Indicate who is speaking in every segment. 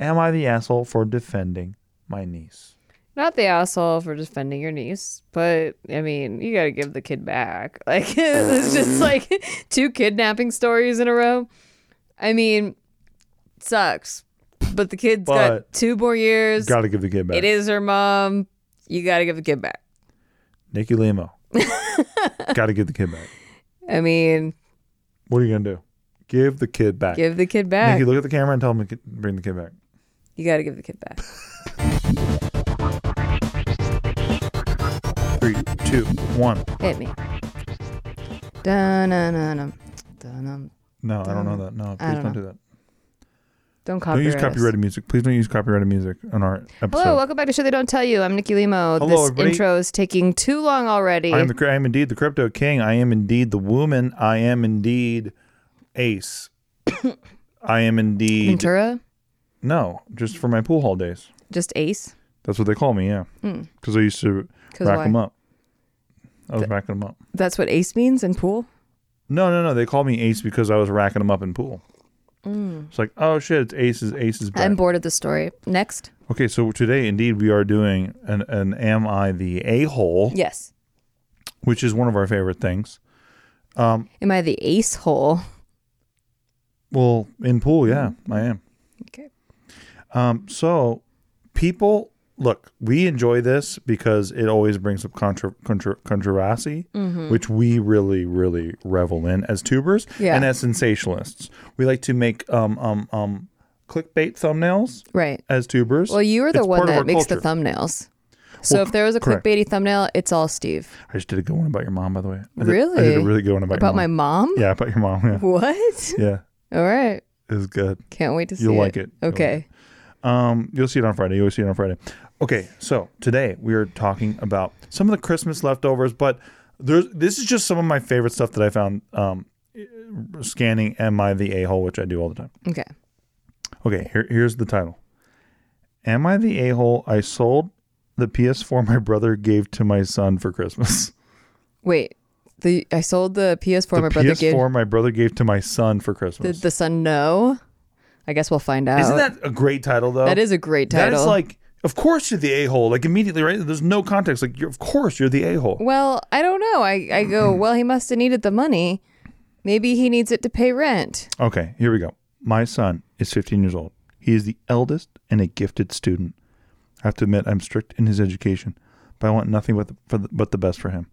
Speaker 1: Am I the asshole for defending my niece?
Speaker 2: Not the asshole for defending your niece, but I mean, you got to give the kid back. Like, it's
Speaker 1: Mm-hmm.
Speaker 2: just like two kidnapping stories in a row. I mean, sucks, but the kid's
Speaker 1: But-
Speaker 2: got two more years.
Speaker 1: Got to give the kid back.
Speaker 2: It is her mom. You got to give the kid back.
Speaker 1: Nikki Limo. Got to give the kid back.
Speaker 2: I mean,
Speaker 1: What are you gonna do? Give the kid back.
Speaker 2: give the kid back.
Speaker 1: Nikki, look at the camera and tell him to bring the kid back.
Speaker 2: You got to give the kid back.
Speaker 1: Three, two, one.
Speaker 2: Hit me. Dun-dun-dun-dun. Dun-dun.
Speaker 1: No, I don't know that. No, please
Speaker 2: don't
Speaker 1: don't,
Speaker 2: know.
Speaker 1: do that.
Speaker 2: Don't
Speaker 1: Don't
Speaker 2: copyright.
Speaker 1: use
Speaker 2: us.
Speaker 1: copyrighted music. Please don't use copyrighted music on our episode.
Speaker 2: Hello, welcome back to Show They Don't Tell You. I'm Nikki Limo.
Speaker 1: Hello,
Speaker 2: this
Speaker 1: everybody.
Speaker 2: intro is taking too long already.
Speaker 1: I am, the, I am indeed the crypto king. I am indeed the woman. I am indeed ace. I am indeed
Speaker 2: Ventura,
Speaker 1: no, just for my pool hall days.
Speaker 2: just Ace.
Speaker 1: That's what they call me. Yeah,
Speaker 2: Hmm.
Speaker 1: because I used to
Speaker 2: 'Cause
Speaker 1: rack
Speaker 2: why?
Speaker 1: them up. I was racking them up.
Speaker 2: That's what Ace means in pool.
Speaker 1: No, no, no. They called me ace because I was racking them up in pool.
Speaker 2: Mm.
Speaker 1: It's like, oh shit, it's aces, aces. Back.
Speaker 2: I'm bored of the story. Next,
Speaker 1: okay, so today indeed we are doing an an am I the a hole,
Speaker 2: yes.
Speaker 1: which is one of our favorite things.
Speaker 2: Am I the ace hole?
Speaker 1: Well, in pool, yeah,
Speaker 2: Mm-hmm.
Speaker 1: I am.
Speaker 2: Okay.
Speaker 1: Um, so people, look, we enjoy this because it always brings up contra- contra- controversy,
Speaker 2: Mm-hmm.
Speaker 1: which we really, really revel in as tubers
Speaker 2: Yeah.
Speaker 1: and as sensationalists. We like to make um um um clickbait thumbnails
Speaker 2: Right.
Speaker 1: as tubers.
Speaker 2: Well, you are the
Speaker 1: It's
Speaker 2: one
Speaker 1: part of
Speaker 2: that
Speaker 1: our
Speaker 2: makes
Speaker 1: culture.
Speaker 2: the thumbnails. So
Speaker 1: Well,
Speaker 2: if there was a
Speaker 1: correct.
Speaker 2: clickbaity thumbnail, it's all Steve.
Speaker 1: I just did a good one about your mom, by the way. I did, I did
Speaker 2: Really?
Speaker 1: a really good one about,
Speaker 2: About my
Speaker 1: your mom.
Speaker 2: mom?
Speaker 1: Yeah, about your mom. Yeah,
Speaker 2: What?
Speaker 1: yeah,
Speaker 2: All right.
Speaker 1: it was good.
Speaker 2: Can't wait to see
Speaker 1: You'll
Speaker 2: it.
Speaker 1: like it. You'll
Speaker 2: Okay.
Speaker 1: like Um, you'll see it on Friday. You'll see it on Friday. Okay, so today we are talking about some of the Christmas leftovers, but there's this is just some of my favorite stuff that I found um, scanning "Am I the a hole?" which I do all the time.
Speaker 2: Okay.
Speaker 1: Okay, here, here's the title: "Am I the a hole?" I sold the PS4 my brother gave to my son for Christmas.
Speaker 2: Wait. The I sold the PS4
Speaker 1: The
Speaker 2: my brother
Speaker 1: PS4
Speaker 2: gave.
Speaker 1: my brother gave to my son for Christmas.
Speaker 2: Did the son know? I guess we'll find out.
Speaker 1: Isn't that a great title though?
Speaker 2: That is a great
Speaker 1: That
Speaker 2: title.
Speaker 1: is like, of course you're the a hole. Like immediately, right? There's no context. Like, you're, of course you're the a hole.
Speaker 2: well, I don't know. I, I go, well, he must have needed the money. Maybe he needs it to pay rent.
Speaker 1: Okay, here we go. My son is 15 years old. He is the eldest and a gifted student. I have to admit, I'm strict in his education, but I want nothing but the, for the, but the best for him,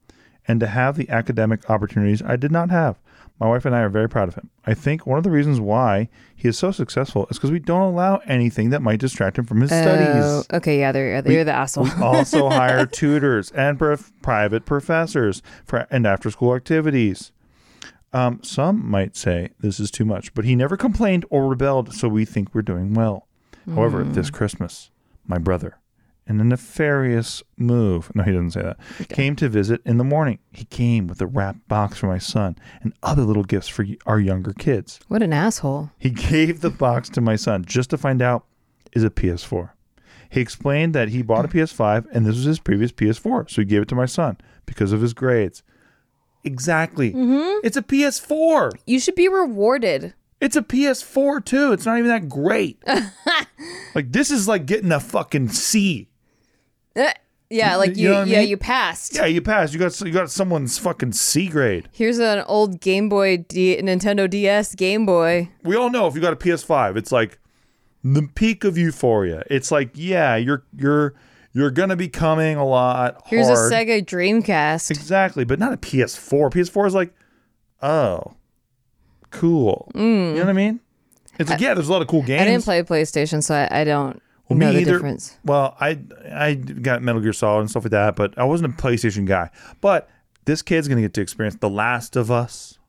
Speaker 1: and to have the academic opportunities I did not have. My wife and I are very proud of him. I think one of the reasons why he is so successful is because we don't allow anything that might distract him from his
Speaker 2: Oh,
Speaker 1: studies.
Speaker 2: okay, yeah, they're, they're the asshole.
Speaker 1: also hire tutors and prof- private professors for and after school activities. Um, some might say this is too much, but he never complained or rebelled, so we think we're doing well. However, this Christmas, my brother, in a nefarious move, no, he doesn't say that, came to visit in the morning. He came with a wrapped box for my son and other little gifts for y- our younger kids.
Speaker 2: what an asshole.
Speaker 1: He gave the box to my son just to find out is a PS4. He explained that he bought a PS5 and this was his previous PS4, so he gave it to my son because of his grades. Exactly. It's a PS4.
Speaker 2: You should be rewarded.
Speaker 1: It's a PS4 too. It's not even that great. like this is like getting a fucking C.
Speaker 2: Eh, Yeah, like
Speaker 1: you
Speaker 2: you,
Speaker 1: know what I
Speaker 2: yeah,
Speaker 1: mean?
Speaker 2: you passed.
Speaker 1: Yeah, you passed. You got you got someone's fucking C grade.
Speaker 2: Here's an old Game Boy, D- Nintendo DS Game Boy.
Speaker 1: we all know if you got a PS5, it's like the peak of euphoria. It's like, yeah, you're you're you're gonna be coming a lot
Speaker 2: Here's
Speaker 1: hard.
Speaker 2: a Sega Dreamcast.
Speaker 1: Exactly, but not a PS4. PS4 is like, oh, cool. You know what I mean? It's like, yeah, there's a lot of cool games.
Speaker 2: Mm. I didn't play PlayStation, so I, I don't
Speaker 1: Well,
Speaker 2: know
Speaker 1: me
Speaker 2: the
Speaker 1: either.
Speaker 2: difference.
Speaker 1: Well, I I got Metal Gear Solid and stuff like that, but I wasn't a PlayStation guy. But this kid's gonna get to experience The Last of Us,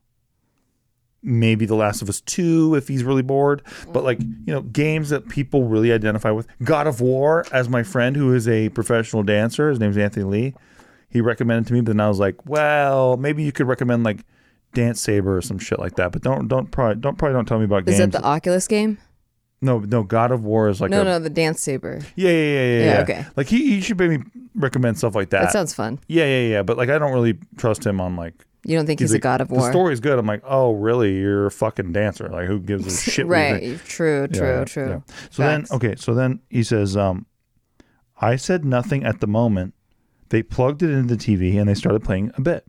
Speaker 1: maybe The Last of Us Two if he's really bored. But like you know, games that people really identify with. God of War, as my friend who is a professional dancer, his name's Anthony Lee. He recommended to me, but then I was like, well, maybe you could recommend like Dance Saber or some shit like that. But don't don't probably don't probably don't tell me about
Speaker 2: Is
Speaker 1: games.
Speaker 2: that the Oculus game?
Speaker 1: no, no, God of War is like
Speaker 2: No,
Speaker 1: a,
Speaker 2: no, the Dance Saber.
Speaker 1: yeah, yeah, yeah, yeah.
Speaker 2: Yeah,
Speaker 1: yeah.
Speaker 2: okay.
Speaker 1: Like he, he should maybe recommend stuff like that.
Speaker 2: That sounds fun.
Speaker 1: yeah, yeah, yeah. But like I don't really trust him on like
Speaker 2: You don't think he's, a
Speaker 1: like,
Speaker 2: god of
Speaker 1: The
Speaker 2: war,
Speaker 1: story's good. I'm like, oh, really? You're a fucking dancer. Like, who gives a shit? what you think?"
Speaker 2: right? True,
Speaker 1: Yeah,
Speaker 2: true,
Speaker 1: yeah,
Speaker 2: true.
Speaker 1: yeah. So
Speaker 2: Facts.
Speaker 1: then, okay. So then he says, um, I said nothing at the moment. They plugged it into the TV and they started playing a bit.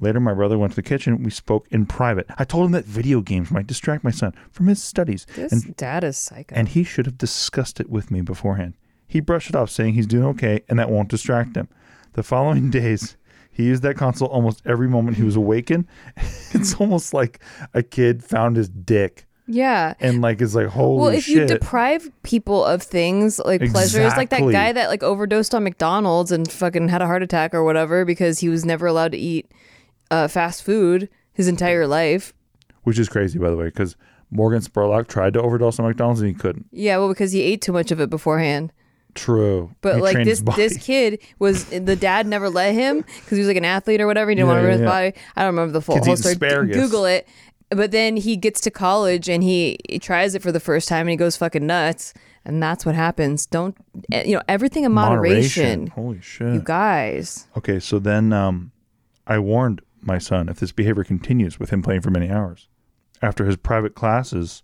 Speaker 1: Later, my brother went to the kitchen. We spoke in private. I told him that video games might distract my son from his studies,
Speaker 2: This
Speaker 1: and
Speaker 2: dad is psycho.
Speaker 1: and he should have discussed it with me beforehand. He brushed it off, saying he's doing okay and that won't distract him. The following days, he used that console almost every moment he was awakened. It's almost like a kid found his dick
Speaker 2: yeah.
Speaker 1: and like is like, holy
Speaker 2: Well, if
Speaker 1: shit.
Speaker 2: you deprive people of things like pleasures, like that
Speaker 1: Exactly.
Speaker 2: guy that like overdosed on McDonald's and fucking had a heart attack or whatever because he was never allowed to eat uh, fast food his entire life.
Speaker 1: which is crazy, by the way, because Morgan Spurlock tried to overdose on McDonald's and he couldn't.
Speaker 2: Yeah, well, because he ate too much of it beforehand.
Speaker 1: True,
Speaker 2: But
Speaker 1: He
Speaker 2: like
Speaker 1: trained his
Speaker 2: this,
Speaker 1: body.
Speaker 2: this kid was the dad never let him because he was like an athlete or whatever. He didn't
Speaker 1: Yeah,
Speaker 2: want to ruin
Speaker 1: yeah,
Speaker 2: his
Speaker 1: yeah.
Speaker 2: body. I don't remember the full
Speaker 1: Kid's
Speaker 2: whole
Speaker 1: eating
Speaker 2: story.
Speaker 1: asparagus.
Speaker 2: Google it. But then he gets to college and he, he tries it for the first time and he goes fucking nuts. And that's what happens. Don't eh, you know everything in moderation,
Speaker 1: Holy shit!
Speaker 2: you guys.
Speaker 1: Okay, so then um, I warned my son if this behavior continues with him playing for many hours. After his private classes,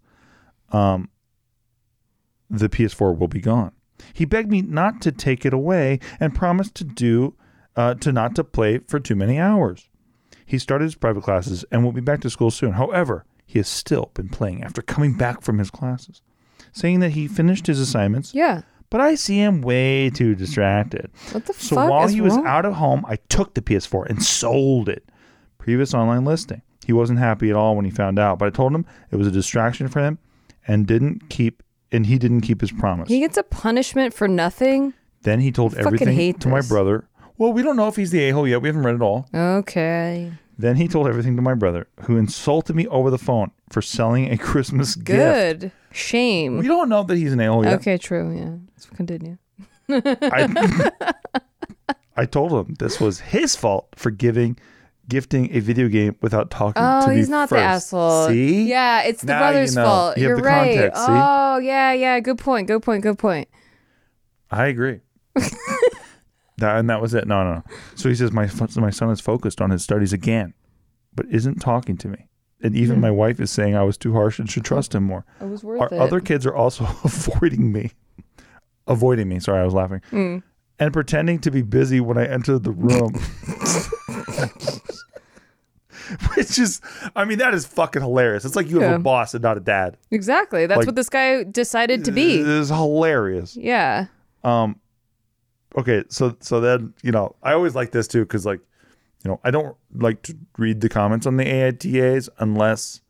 Speaker 1: um, the PS4 will be gone. He begged me not to take it away and promised to do uh, to not to play for too many hours. He started his private classes and will be back to school soon. However, he has still been playing after coming back from his classes, saying that he finished his assignments,
Speaker 2: Yeah.
Speaker 1: but I see him way too distracted.
Speaker 2: What the
Speaker 1: So
Speaker 2: fuck
Speaker 1: while
Speaker 2: is
Speaker 1: he was
Speaker 2: wrong?
Speaker 1: out of home, I took the PS4 and sold it. Previous online listing. He wasn't happy at all when he found out, but I told him it was a distraction for him and didn't keep and he didn't keep his promise.
Speaker 2: He gets a punishment for nothing.
Speaker 1: then he told
Speaker 2: fucking
Speaker 1: everything
Speaker 2: hate
Speaker 1: to my
Speaker 2: this.
Speaker 1: brother. Well, we don't know if he's the a-hole yet. We haven't read it all.
Speaker 2: Okay.
Speaker 1: Then he told everything to my brother, who insulted me over the phone for selling a Christmas gift.
Speaker 2: Good.
Speaker 1: We
Speaker 2: Shame.
Speaker 1: don't know that he's an a-hole yet.
Speaker 2: Okay. True. Yeah. Let's continue.
Speaker 1: I, I told him this was his fault for giving gifting a video game without talking
Speaker 2: Oh,
Speaker 1: to me
Speaker 2: he's not
Speaker 1: first.
Speaker 2: the asshole.
Speaker 1: See?
Speaker 2: Yeah, it's the
Speaker 1: Now you
Speaker 2: brother's
Speaker 1: know.
Speaker 2: fault.
Speaker 1: You have
Speaker 2: are
Speaker 1: the
Speaker 2: right.
Speaker 1: context, see?
Speaker 2: Oh, yeah, yeah. Good point. Good point. Good point.
Speaker 1: I agree. that and that was it. No, no, no. So he says my fo- my son is focused on his studies again, but isn't talking to me. And even
Speaker 2: Hmm.
Speaker 1: my wife is saying I was too harsh and should trust him more.
Speaker 2: It was worth
Speaker 1: Our
Speaker 2: it.
Speaker 1: other kids are also avoiding me. Avoiding me. Sorry, I was laughing.
Speaker 2: Mm.
Speaker 1: And pretending to be busy when I entered the room. Which is, I mean, that is fucking hilarious. It's like you have
Speaker 2: Yeah.
Speaker 1: a boss and not a dad.
Speaker 2: exactly. That's
Speaker 1: like-
Speaker 2: what this guy decided to
Speaker 1: It
Speaker 2: be.
Speaker 1: is hilarious.
Speaker 2: Yeah.
Speaker 1: Um, okay, so so then you know I always like this too because like you know I don't like to read the comments on the AITAs unless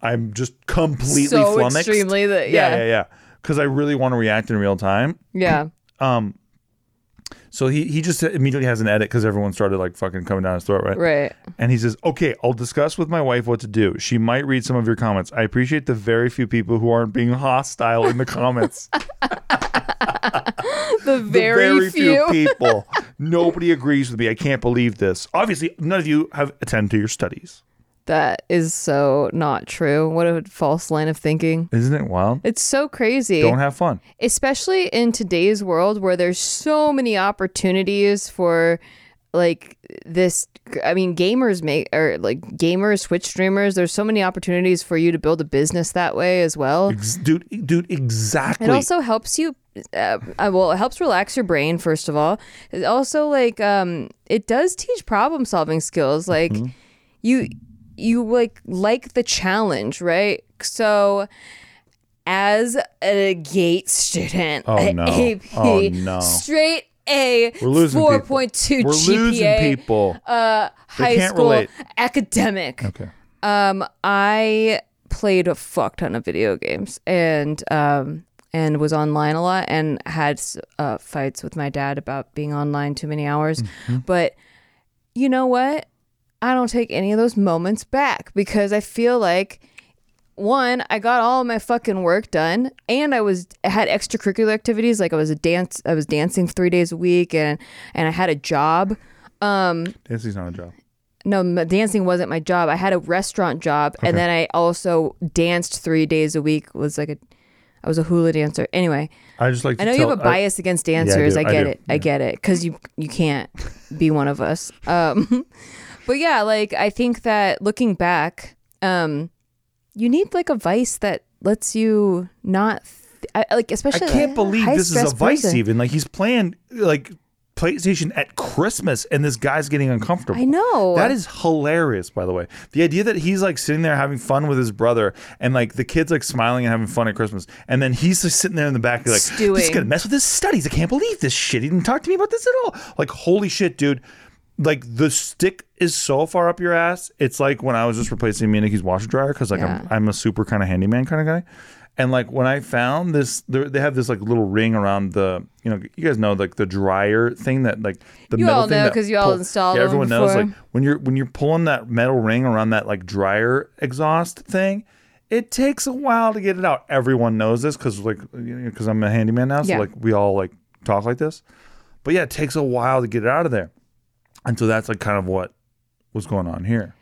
Speaker 1: I'm just completely
Speaker 2: so
Speaker 1: flummoxed.
Speaker 2: extremely that
Speaker 1: yeah, yeah,
Speaker 2: yeah.
Speaker 1: yeah, because I really want to react in real time.
Speaker 2: Yeah.
Speaker 1: Um, so he he just immediately has an edit because everyone started like fucking coming down his throat, right?
Speaker 2: Right.
Speaker 1: And he says, Okay, I'll discuss with my wife what to do. She might read some of your comments. I appreciate the very few people who aren't being hostile in the comments.
Speaker 2: The very, few.
Speaker 1: people. Nobody agrees with me. I can't believe this. Obviously, none of you have attended to your studies.
Speaker 2: That is so not true. What a false line of thinking.
Speaker 1: Isn't it wild?
Speaker 2: It's so crazy.
Speaker 1: Don't have fun.
Speaker 2: especially in today's world where there's so many opportunities for like this i mean gamers make or like gamers switch streamers there's so many opportunities for you to build a business that way as well
Speaker 1: Ex- dude, dude, exactly.
Speaker 2: it also helps you uh, uh, well it helps relax your brain first of all it also like um it does teach problem solving skills like
Speaker 1: Mm-hmm.
Speaker 2: you you like like the challenge right so as a gate student
Speaker 1: Oh,
Speaker 2: a
Speaker 1: no.
Speaker 2: AP
Speaker 1: Oh, no.
Speaker 2: straight A
Speaker 1: We're losing people.
Speaker 2: 4.2
Speaker 1: We're losing
Speaker 2: GPA
Speaker 1: people.
Speaker 2: uh high
Speaker 1: can't
Speaker 2: school
Speaker 1: relate.
Speaker 2: academic
Speaker 1: okay.
Speaker 2: um, I played a fuck ton of video games and um, and was online a lot and had uh, fights with my dad about being online too many hours. But you know what? I don't take any of those moments back because I feel like one, I got all my fucking work done, and I was I had extracurricular activities like I was a dance, I was dancing three days a week, and and I had a job. Um,
Speaker 1: Dancing's not a job.
Speaker 2: no, m- dancing wasn't my job. I had a restaurant job, and then I also danced three days a week. Was like a, I was a hula dancer. Anyway,
Speaker 1: I just like to
Speaker 2: I know
Speaker 1: tell-
Speaker 2: you have a bias against
Speaker 1: I
Speaker 2: dancers.
Speaker 1: do.
Speaker 2: I,
Speaker 1: I
Speaker 2: get
Speaker 1: do.
Speaker 2: it. I get it because you you can't be one of us. Um, But yeah, like I think that looking back, um, you need like a vice that lets you not th- I, like
Speaker 1: I
Speaker 2: especially
Speaker 1: can't
Speaker 2: like,
Speaker 1: believe
Speaker 2: high
Speaker 1: this is
Speaker 2: stress
Speaker 1: a vice
Speaker 2: person.
Speaker 1: even. Like he's playing like PlayStation at Christmas and this guy's getting uncomfortable.
Speaker 2: I know.
Speaker 1: That is hilarious, by the way. The idea that he's like sitting there having fun with his brother and like the kid's like smiling and having fun at Christmas. And then he's just sitting there in the back, like, this is
Speaker 2: Stewing.
Speaker 1: gonna mess with his studies. I can't believe this shit. He didn't talk to me about this at all. Like, holy shit, dude. Like the stick is so far up your ass. It's like when I was just replacing me and Nikki's washer dryer because like I'm, I'm a super kind of handyman kind of guy. And like when I found this, they're- they have this like little ring around the, you know, you guys know like the dryer thing that like the
Speaker 2: You
Speaker 1: metal
Speaker 2: all
Speaker 1: thing
Speaker 2: know
Speaker 1: that
Speaker 2: 'cause you all
Speaker 1: pull-
Speaker 2: installed
Speaker 1: Yeah,
Speaker 2: them
Speaker 1: everyone knows
Speaker 2: before.
Speaker 1: like when you're when you're pulling that metal ring around that like dryer exhaust thing it takes a while to get it out everyone knows this because like because i'm a handyman now so
Speaker 2: Yeah.
Speaker 1: like we all like talk like this but yeah it takes a while to get it out of there and so that's like kind of what was going on here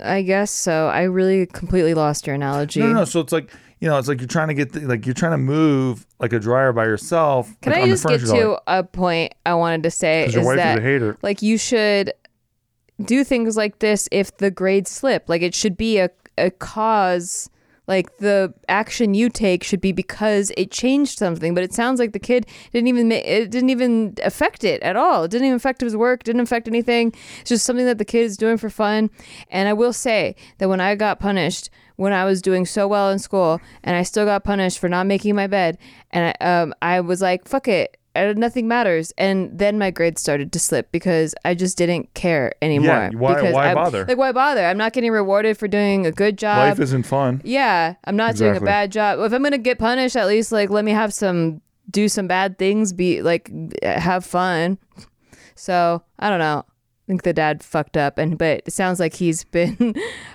Speaker 2: I guess so. I really completely lost your analogy.
Speaker 1: no no, no so it's like you know it's like you're trying to get the, like you're trying to move like a dryer by yourself
Speaker 2: Can
Speaker 1: like,
Speaker 2: I
Speaker 1: on the
Speaker 2: just get
Speaker 1: furniture dolly.
Speaker 2: to a point I wanted to say
Speaker 1: 'Cause
Speaker 2: is
Speaker 1: your wife
Speaker 2: that
Speaker 1: is a hater
Speaker 2: like you should do things like this if the grades slip. Like it should be a a cause. Like the action you take should be because it changed something. But it sounds like the kid didn't even ma- it didn't even affect it at all. It didn't even affect his work. Didn't affect anything. It's just something that the kid is doing for fun. And I will say that when I got punished when I was doing so well in school and I still got punished for not making my bed. And I, um, I was like, fuck it. Uh, Nothing matters. And then my grades started to slip because I just didn't care anymore.
Speaker 1: why-
Speaker 2: because
Speaker 1: why
Speaker 2: I-
Speaker 1: bother?
Speaker 2: Like, why bother? I'm not getting rewarded for doing a good job.
Speaker 1: life isn't fun
Speaker 2: yeah, I'm not doing a
Speaker 1: Exactly.
Speaker 2: bad job. If I'm going to get punished, at least, like, let me have some, do some bad things, be like, have fun. So I don't know. I think the dad fucked up, and but it sounds like he's been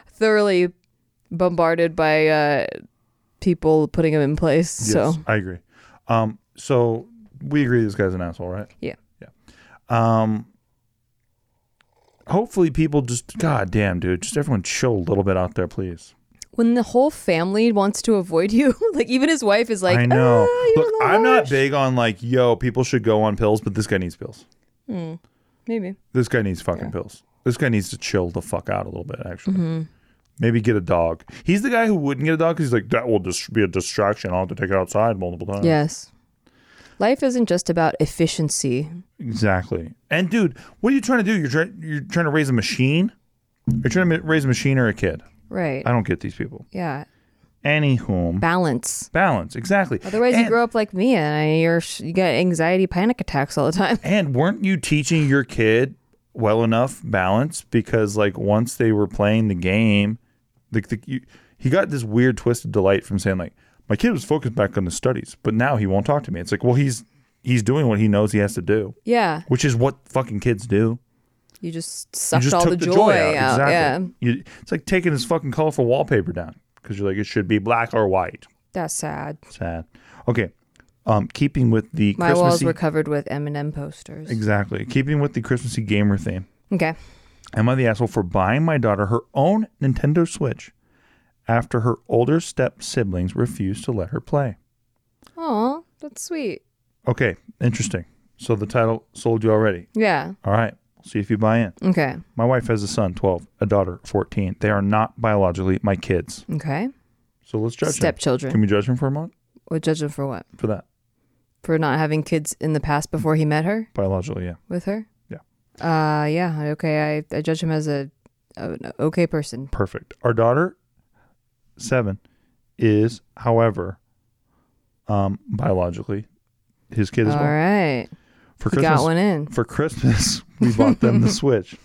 Speaker 2: thoroughly bombarded by uh, people putting him in place.
Speaker 1: Yes,
Speaker 2: So
Speaker 1: I agree. Um, so we agree this guy's an asshole, right?
Speaker 2: Yeah.
Speaker 1: Yeah. Um, hopefully people just, god damn, dude, just everyone chill a little bit out there, please.
Speaker 2: when the whole family wants to avoid you, like even his wife is like,
Speaker 1: I know.
Speaker 2: "Ah, you're
Speaker 1: Look,
Speaker 2: the
Speaker 1: I'm not
Speaker 2: worst."
Speaker 1: big on like, yo, people should go on pills, but this guy needs pills.
Speaker 2: Maybe
Speaker 1: This guy needs fucking pills. This guy needs to chill the fuck out a little bit, actually.
Speaker 2: Mm-hmm.
Speaker 1: Maybe get a dog. He's the guy who wouldn't get a dog because he's like, that will just be a distraction. I'll have to take it outside multiple times.
Speaker 2: yes. Life isn't just about efficiency.
Speaker 1: Exactly. And dude, what are you trying to do? You're trying you're trying to raise a machine. You're trying to ma- raise a machine or a kid.
Speaker 2: Right.
Speaker 1: I don't get these people.
Speaker 2: yeah.
Speaker 1: Anywhom,
Speaker 2: Balance.
Speaker 1: balance exactly.
Speaker 2: Otherwise,
Speaker 1: and,
Speaker 2: you grow up like me, and you're you get anxiety, panic attacks all the time.
Speaker 1: And weren't you teaching your kid well enough balance? Because like once they were playing the game, like the, you, he got this weird twisted delight from saying like my kid was focused back on the studies, but now he won't talk to me. It's like well he's he's doing what he knows he has to do,
Speaker 2: Yeah.
Speaker 1: which is what fucking kids do.
Speaker 2: You just sucked
Speaker 1: you just
Speaker 2: all
Speaker 1: took
Speaker 2: the, joy, out. Yeah.
Speaker 1: Exactly. You, it's like taking his fucking colorful wallpaper down because you're like, it should be black or white.
Speaker 2: That's sad.
Speaker 1: Sad. Okay. Um, keeping with the
Speaker 2: My walls
Speaker 1: Christmassy
Speaker 2: were covered with M&M posters.
Speaker 1: exactly keeping with the Christmassy gamer theme.
Speaker 2: Okay.
Speaker 1: Am I the asshole for buying my daughter her own Nintendo Switch after her older step siblings refused to let her play?
Speaker 2: Oh, that's sweet.
Speaker 1: Okay, interesting. So the title sold you already.
Speaker 2: Yeah.
Speaker 1: All right, see if you buy in.
Speaker 2: Okay.
Speaker 1: My wife has a son, 12, a daughter, 14. They are not biologically my kids.
Speaker 2: Okay.
Speaker 1: So let's judge them.
Speaker 2: Stepchildren.
Speaker 1: Can we judge him for a moment
Speaker 2: Would judge him for what?
Speaker 1: for that?
Speaker 2: For not having kids in the past before he met her
Speaker 1: Biologically, yeah.
Speaker 2: with her?
Speaker 1: Yeah.
Speaker 2: Uh, yeah. Okay. I, I judge him as a, a an okay person.
Speaker 1: Perfect. Our daughter, seven, is, however, um, biologically his kid
Speaker 2: All
Speaker 1: as well.
Speaker 2: right.
Speaker 1: For
Speaker 2: You
Speaker 1: Christmas,
Speaker 2: got one in.
Speaker 1: for Christmas, we bought them the Switch.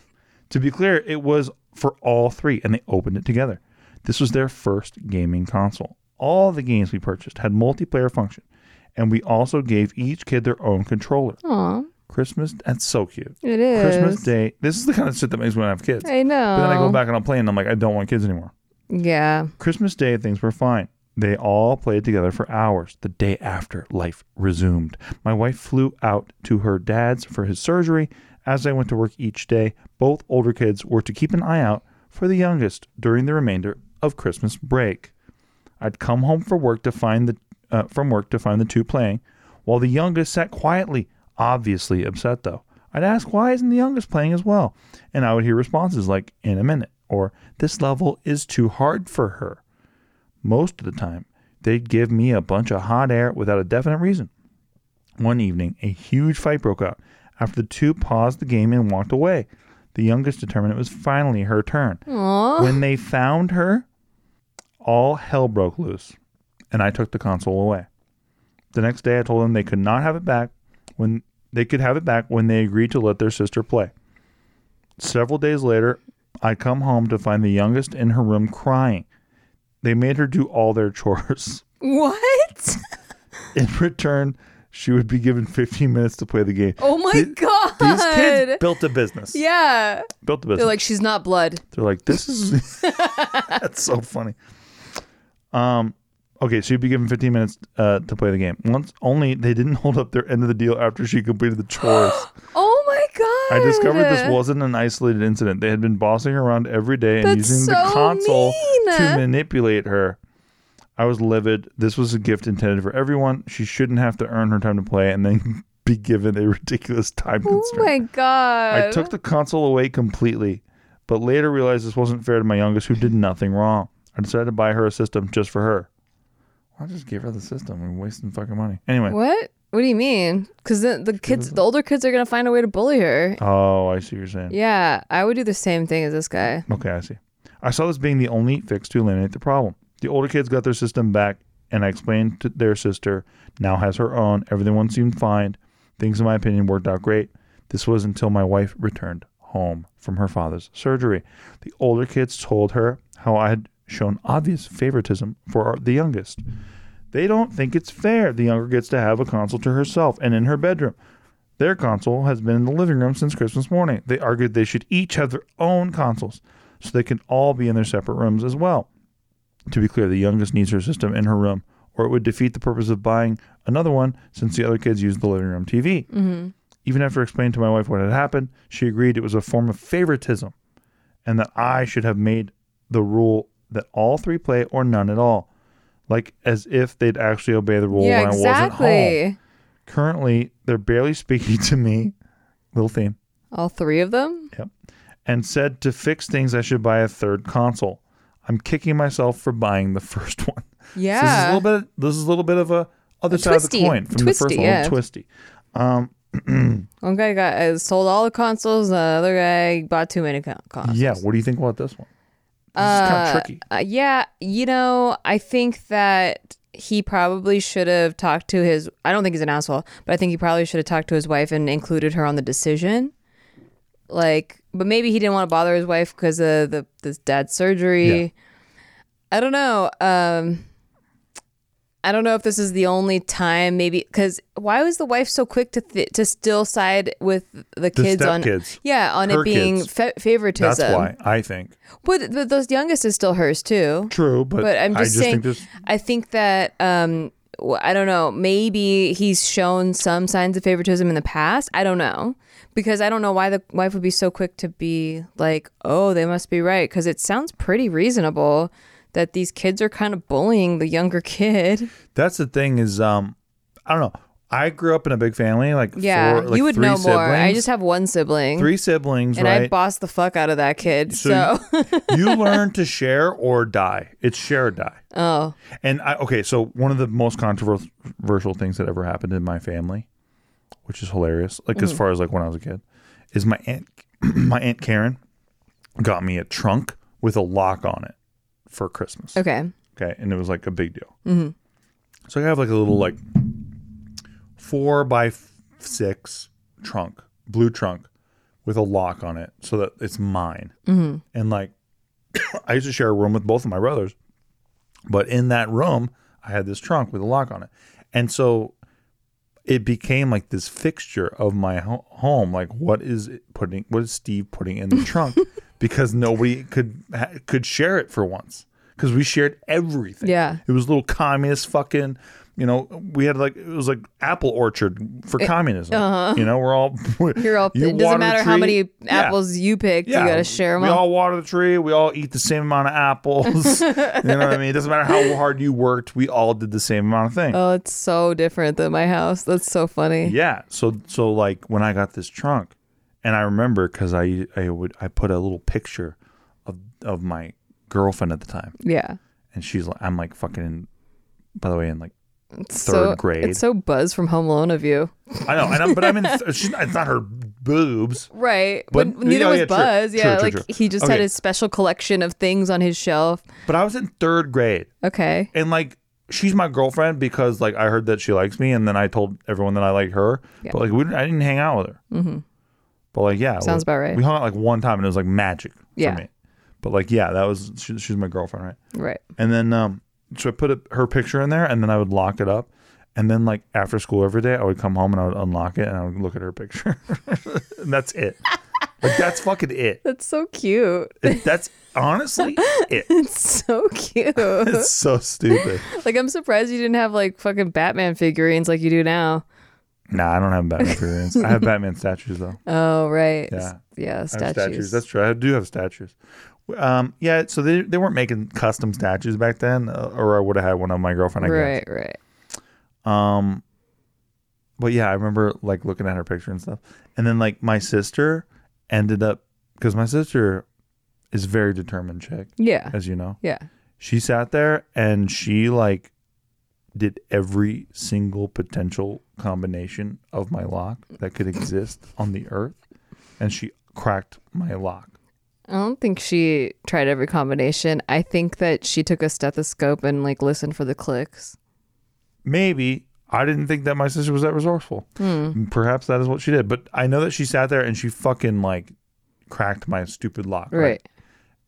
Speaker 1: To be clear, it was for all three, and they opened it together. This was their first gaming console. All the games we purchased had multiplayer function, and we also gave each kid their own controller.
Speaker 2: Aw,
Speaker 1: Christmas, that's so cute.
Speaker 2: it is.
Speaker 1: Christmas Day. This is the kind of shit that makes me want to have kids.
Speaker 2: I know.
Speaker 1: But then I go back and I'm playing, and I'm like, I don't want kids anymore.
Speaker 2: Yeah.
Speaker 1: Christmas Day, things were fine. They all played together for hours. The day after, life resumed. My wife flew out to her dad's for his surgery. As I went to work each day, both older kids were to keep an eye out for the youngest during the remainder of Christmas break. I'd come home for work to find the uh, from work to find the two playing, while the youngest sat quietly, obviously upset though. I'd ask, why isn't the youngest playing as well? And I would hear responses like, in a minute, or this level is too hard for her. Most of the time, they'd give me a bunch of hot air without a definite reason. One evening, a huge fight broke out after the two paused the game and walked away. The youngest determined it was finally her turn.
Speaker 2: Aw.
Speaker 1: When they found her, all hell broke loose, and I took the console away. The next day, I told them they could not have it back when they could have it back when they agreed to let their sister play. Several days later, I come home to find the youngest in her room crying. They made her do all their chores.
Speaker 2: What?
Speaker 1: In return, she would be given 15 minutes to play the game.
Speaker 2: Oh my
Speaker 1: Th-
Speaker 2: god.
Speaker 1: These kids built a business.
Speaker 2: yeah.
Speaker 1: Built a business.
Speaker 2: They're like, she's not blood.
Speaker 1: They're like, this is that's so funny. Um, okay, so you'd be given 15 minutes uh, to play the game. Once only they didn't hold up their end of the deal after she completed the chores.
Speaker 2: Oh my god.
Speaker 1: I discovered this wasn't an isolated incident. They had been bossing her around every day and
Speaker 2: That's
Speaker 1: using the
Speaker 2: so
Speaker 1: console
Speaker 2: mean.
Speaker 1: to manipulate her. I was livid. This was a gift intended for everyone. She shouldn't have to earn her time to play and then be given a ridiculous time
Speaker 2: Oh
Speaker 1: constraint.
Speaker 2: my god.
Speaker 1: I took the console away completely, but later realized this wasn't fair to my youngest who did nothing wrong. I decided to buy her a system just for her. Why just give her the system? We're wasting fucking money. Anyway.
Speaker 2: What? What do you mean? Because the, the kids, the older kids, are gonna find a way to bully her.
Speaker 1: Oh, I see what you're saying.
Speaker 2: Yeah, I would do the same thing as this guy.
Speaker 1: Okay, I see. I saw this being the only fix to eliminate the problem. The older kids got their system back, and I explained to their sister, now has her own. Everyone seemed fine. Things, in my opinion, worked out great. This was until my wife returned home from her father's surgery. The older kids told her how I had shown obvious favoritism for our, the youngest. They don't think it's fair the younger gets to have a console to herself and in her bedroom. Their console has been in the living room since Christmas morning. They argued they should each have their own consoles so they can all be in their separate rooms as well. To be clear, the youngest needs her system in her room, or it would defeat the purpose of buying another one since the other kids use the living room TV.
Speaker 2: Mm-hmm.
Speaker 1: Even after explaining to my wife what had happened, she agreed it was a form of favoritism and that I should have made the rule that all three play or none at all. Like as if they'd actually obey the rule
Speaker 2: yeah,
Speaker 1: when I wasn't home.
Speaker 2: exactly.
Speaker 1: Currently, they're barely speaking to me, little theme,
Speaker 2: All three of them.
Speaker 1: and said to fix things, I should buy a third console. I'm kicking myself for buying the first one. So this is a
Speaker 2: Yeah.
Speaker 1: little bit. This is a little bit of a other side of
Speaker 2: twisty.
Speaker 1: the coin from the
Speaker 2: Twisty,
Speaker 1: first one. a little
Speaker 2: yeah.
Speaker 1: Twisty.
Speaker 2: One guy got uh, sold all the consoles. The other guy bought too many con- consoles.
Speaker 1: Yeah. What do you think about this one? This is kind of tricky.
Speaker 2: Uh, yeah, you know, I think that he probably should have talked to his. I don't think he's an asshole, but I think he probably should have talked to his wife and included her on the decision. Like, but maybe he didn't want to bother his wife because of the this dad's surgery. I don't know. Um, I don't know if this is the only time. Maybe because why was the wife so quick to th- to still side with the kids on?
Speaker 1: stepkids.
Speaker 2: Yeah, on
Speaker 1: Her
Speaker 2: it being
Speaker 1: kids.
Speaker 2: fa- favoritism.
Speaker 1: That's why I think
Speaker 2: But, but those youngest is still hers too.
Speaker 1: true, but,
Speaker 2: But I'm just,
Speaker 1: I just
Speaker 2: saying.
Speaker 1: think there's
Speaker 2: I think that um, w- I don't know. Maybe he's shown some signs of favoritism in the past. I don't know because I don't know why the wife would be so quick to be like, "Oh, they must be right," because it sounds pretty reasonable that these kids are kind of bullying the younger kid.
Speaker 1: That's the thing is, um, I don't know. I grew up in a big family, like
Speaker 2: Yeah,
Speaker 1: four, like
Speaker 2: you would
Speaker 1: three
Speaker 2: know
Speaker 1: siblings,
Speaker 2: more. I just have one sibling,
Speaker 1: three siblings,
Speaker 2: and I
Speaker 1: right?
Speaker 2: bossed the fuck out of that kid.
Speaker 1: So
Speaker 2: So,
Speaker 1: you learn to share or die. It's share or die.
Speaker 2: oh,
Speaker 1: And I okay, so one of the most controversial things that ever happened in my family, which is hilarious, like as far as like when I was a kid, is my aunt my aunt Karen got me a trunk with a lock on it for Christmas.
Speaker 2: okay,
Speaker 1: Okay, and it was like a big deal. Mm-hmm. So I have like a little like four by f- six trunk, blue trunk, with a lock on it, so that it's mine. Mm-hmm. And like, I used to share a room with both of my brothers, but in that room, I had this trunk with a lock on it, and so it became like this fixture of my ho- home. Like, what is it putting? What is Steve putting in the trunk? Because nobody could ha- could share it for once. Because we shared everything.
Speaker 2: Yeah.
Speaker 1: it was little communist fucking. You know, we had like it was like apple orchard for communism. You know, we're all
Speaker 2: Eh, uh-huh. you're all.
Speaker 1: you
Speaker 2: it doesn't
Speaker 1: water the
Speaker 2: matter how
Speaker 1: tree-
Speaker 2: many
Speaker 1: Yeah.
Speaker 2: apples you picked. You gotta share them
Speaker 1: We
Speaker 2: all.
Speaker 1: all water the tree. We all eat the same amount of apples. you know what I mean? It doesn't matter how hard you worked. We all did the same amount of things.
Speaker 2: Oh, it's so different than my house. That's so funny.
Speaker 1: Yeah. So so like when I got this trunk, And I remember because I I would I put a little picture of of my girlfriend at the time,
Speaker 2: Yeah.
Speaker 1: and she's like, I'm like fucking. In, by the way, in like
Speaker 2: It's
Speaker 1: Third
Speaker 2: so,
Speaker 1: grade.
Speaker 2: It's so Buzz from Home Alone of you.
Speaker 1: I know, and I'm, but I'm in. She's not, it's not her boobs.
Speaker 2: Right.
Speaker 1: But-
Speaker 2: But, neither
Speaker 1: yeah,
Speaker 2: was
Speaker 1: yeah, true.
Speaker 2: Buzz.
Speaker 1: True,
Speaker 2: yeah.
Speaker 1: true,
Speaker 2: like
Speaker 1: true.
Speaker 2: he just
Speaker 1: Okay.
Speaker 2: had his special collection of things on his shelf.
Speaker 1: But I was in third grade,
Speaker 2: Okay.
Speaker 1: and like she's my girlfriend because like I heard that she likes me, and then I told everyone that I like her. But like we, didn't- I didn't hang out with her. Mm-hmm. But like yeah,
Speaker 2: Sounds
Speaker 1: we,
Speaker 2: about right.
Speaker 1: We hung out like one time, and it was like magic.
Speaker 2: Yeah.
Speaker 1: For me. But like yeah, that was she, she's my girlfriend, right?
Speaker 2: Right.
Speaker 1: And then um, so I put a, her picture in there, and then I would lock it up. And then like after school every day, I would come home and I would unlock it and I would look at her picture, and that's it. Like that's fucking it.
Speaker 2: That's so cute.
Speaker 1: It- That's honestly it.
Speaker 2: It's so cute.
Speaker 1: It's so stupid.
Speaker 2: Like I'm surprised you didn't have like fucking Batman figurines like you do now.
Speaker 1: Nah, I don't have Batman figurines. I have Batman statues though.
Speaker 2: Oh right.
Speaker 1: Yeah.
Speaker 2: Yeah.
Speaker 1: I have
Speaker 2: Statues.
Speaker 1: That's true. I do have statues. Um, yeah. So they, they weren't making custom statues back then, uh, or I would have had one of my girlfriend. I guess.
Speaker 2: right. Right.
Speaker 1: Um, but yeah, I remember like looking at her picture and stuff, and then like my sister ended up because my sister is a very determined chick,
Speaker 2: Yeah.
Speaker 1: as you know.
Speaker 2: Yeah.
Speaker 1: She sat there and she like did every single potential combination of my lock that could exist on the earth, and she cracked my lock.
Speaker 2: I don't think she tried every combination. I think that she took a stethoscope and like listened for the clicks.
Speaker 1: maybe I didn't think that my sister was that resourceful. Perhaps that is what she did. But I know that she sat there and she fucking like cracked my stupid lock.
Speaker 2: Right.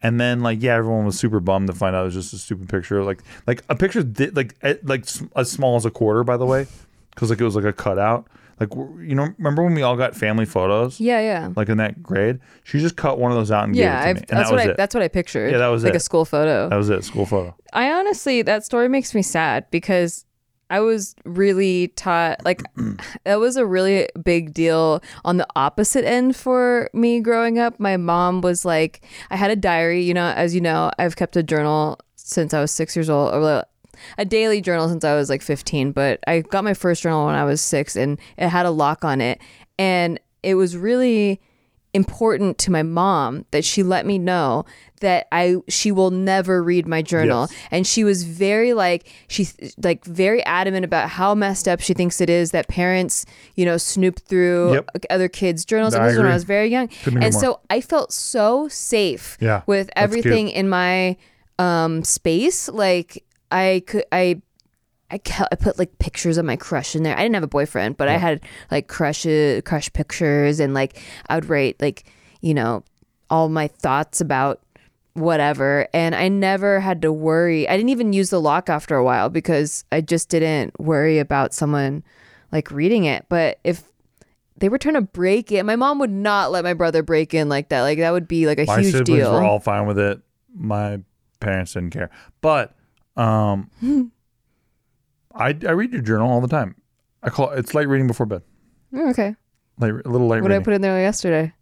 Speaker 1: And then like yeah, everyone was super bummed to find out it was just a stupid picture. Like like a picture di- like at, like s- as small as a quarter by the way, because like it was like a cutout. Like w- you know, remember when we all got family photos?
Speaker 2: Yeah. Yeah.
Speaker 1: Like in that grade, she just cut one of those out and
Speaker 2: yeah.
Speaker 1: gave
Speaker 2: I've,
Speaker 1: it to me, and
Speaker 2: that's
Speaker 1: that was
Speaker 2: what I,
Speaker 1: it.
Speaker 2: that's what I pictured.
Speaker 1: Yeah, that was
Speaker 2: like
Speaker 1: it.
Speaker 2: a school photo.
Speaker 1: that was it. School photo.
Speaker 2: I honestly, that story makes me sad because I was really taught, like, that was a really big deal on the opposite end for me growing up. My mom was like, I had a diary, you know, as you know, I've kept a journal since I was six years old, or well, a daily journal since I was like 15, but I got my first journal when I was six and it had a lock on it. And it was really important to my mom that she let me know that I she will never read my journal and she was very like she like very adamant about how messed up she thinks it is that parents you know snoop through
Speaker 1: Yep.
Speaker 2: other kids journals
Speaker 1: I
Speaker 2: and this is when
Speaker 1: agree.
Speaker 2: I was very young
Speaker 1: agree
Speaker 2: and
Speaker 1: more.
Speaker 2: so I felt so safe
Speaker 1: Yeah,
Speaker 2: with
Speaker 1: that's cute.
Speaker 2: everything in my um space like I could I I, ca- I put like pictures of my crush in there. I didn't have a boyfriend, but I had like crushes, crush pictures, and like I would write like you know all my thoughts about whatever. And I never had to worry. I didn't even use the lock after a while because I just didn't worry about someone like reading it. But if they were trying to break in, my mom would not let my brother break in like that. Like that would be like a
Speaker 1: my
Speaker 2: huge
Speaker 1: siblings
Speaker 2: deal.
Speaker 1: were all fine with it. My parents didn't care. But um I I read your journal all the time. I call it's light reading before bed.
Speaker 2: Mm, okay,
Speaker 1: Light, a little light
Speaker 2: what did I
Speaker 1: reading.
Speaker 2: put in there yesterday?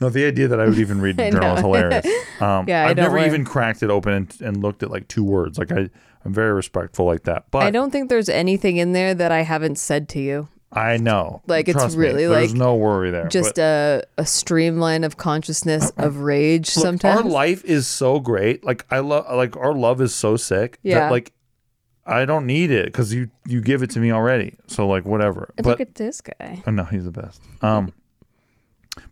Speaker 1: no, the idea that I would even read the
Speaker 2: I
Speaker 1: journal is
Speaker 2: know.
Speaker 1: hilarious. Um,
Speaker 2: Yeah, I
Speaker 1: I've
Speaker 2: don't
Speaker 1: never
Speaker 2: worry.
Speaker 1: even cracked it open and, and looked at like two words. Like I, I'm very respectful like that. But
Speaker 2: I don't think there's anything in there that I haven't said to you.
Speaker 1: I know.
Speaker 2: Like, it's
Speaker 1: Trust me,
Speaker 2: really,
Speaker 1: there's
Speaker 2: like,
Speaker 1: no worry there.
Speaker 2: Just
Speaker 1: But
Speaker 2: a, a streamline of consciousness of rage
Speaker 1: look,
Speaker 2: sometimes.
Speaker 1: our life is so great. Like I love. Like our love is so sick.
Speaker 2: Yeah.
Speaker 1: That, like I don't need it because you you give it to me already. So like whatever.
Speaker 2: Look
Speaker 1: but
Speaker 2: at this guy.
Speaker 1: Oh, no, he's the best. Um,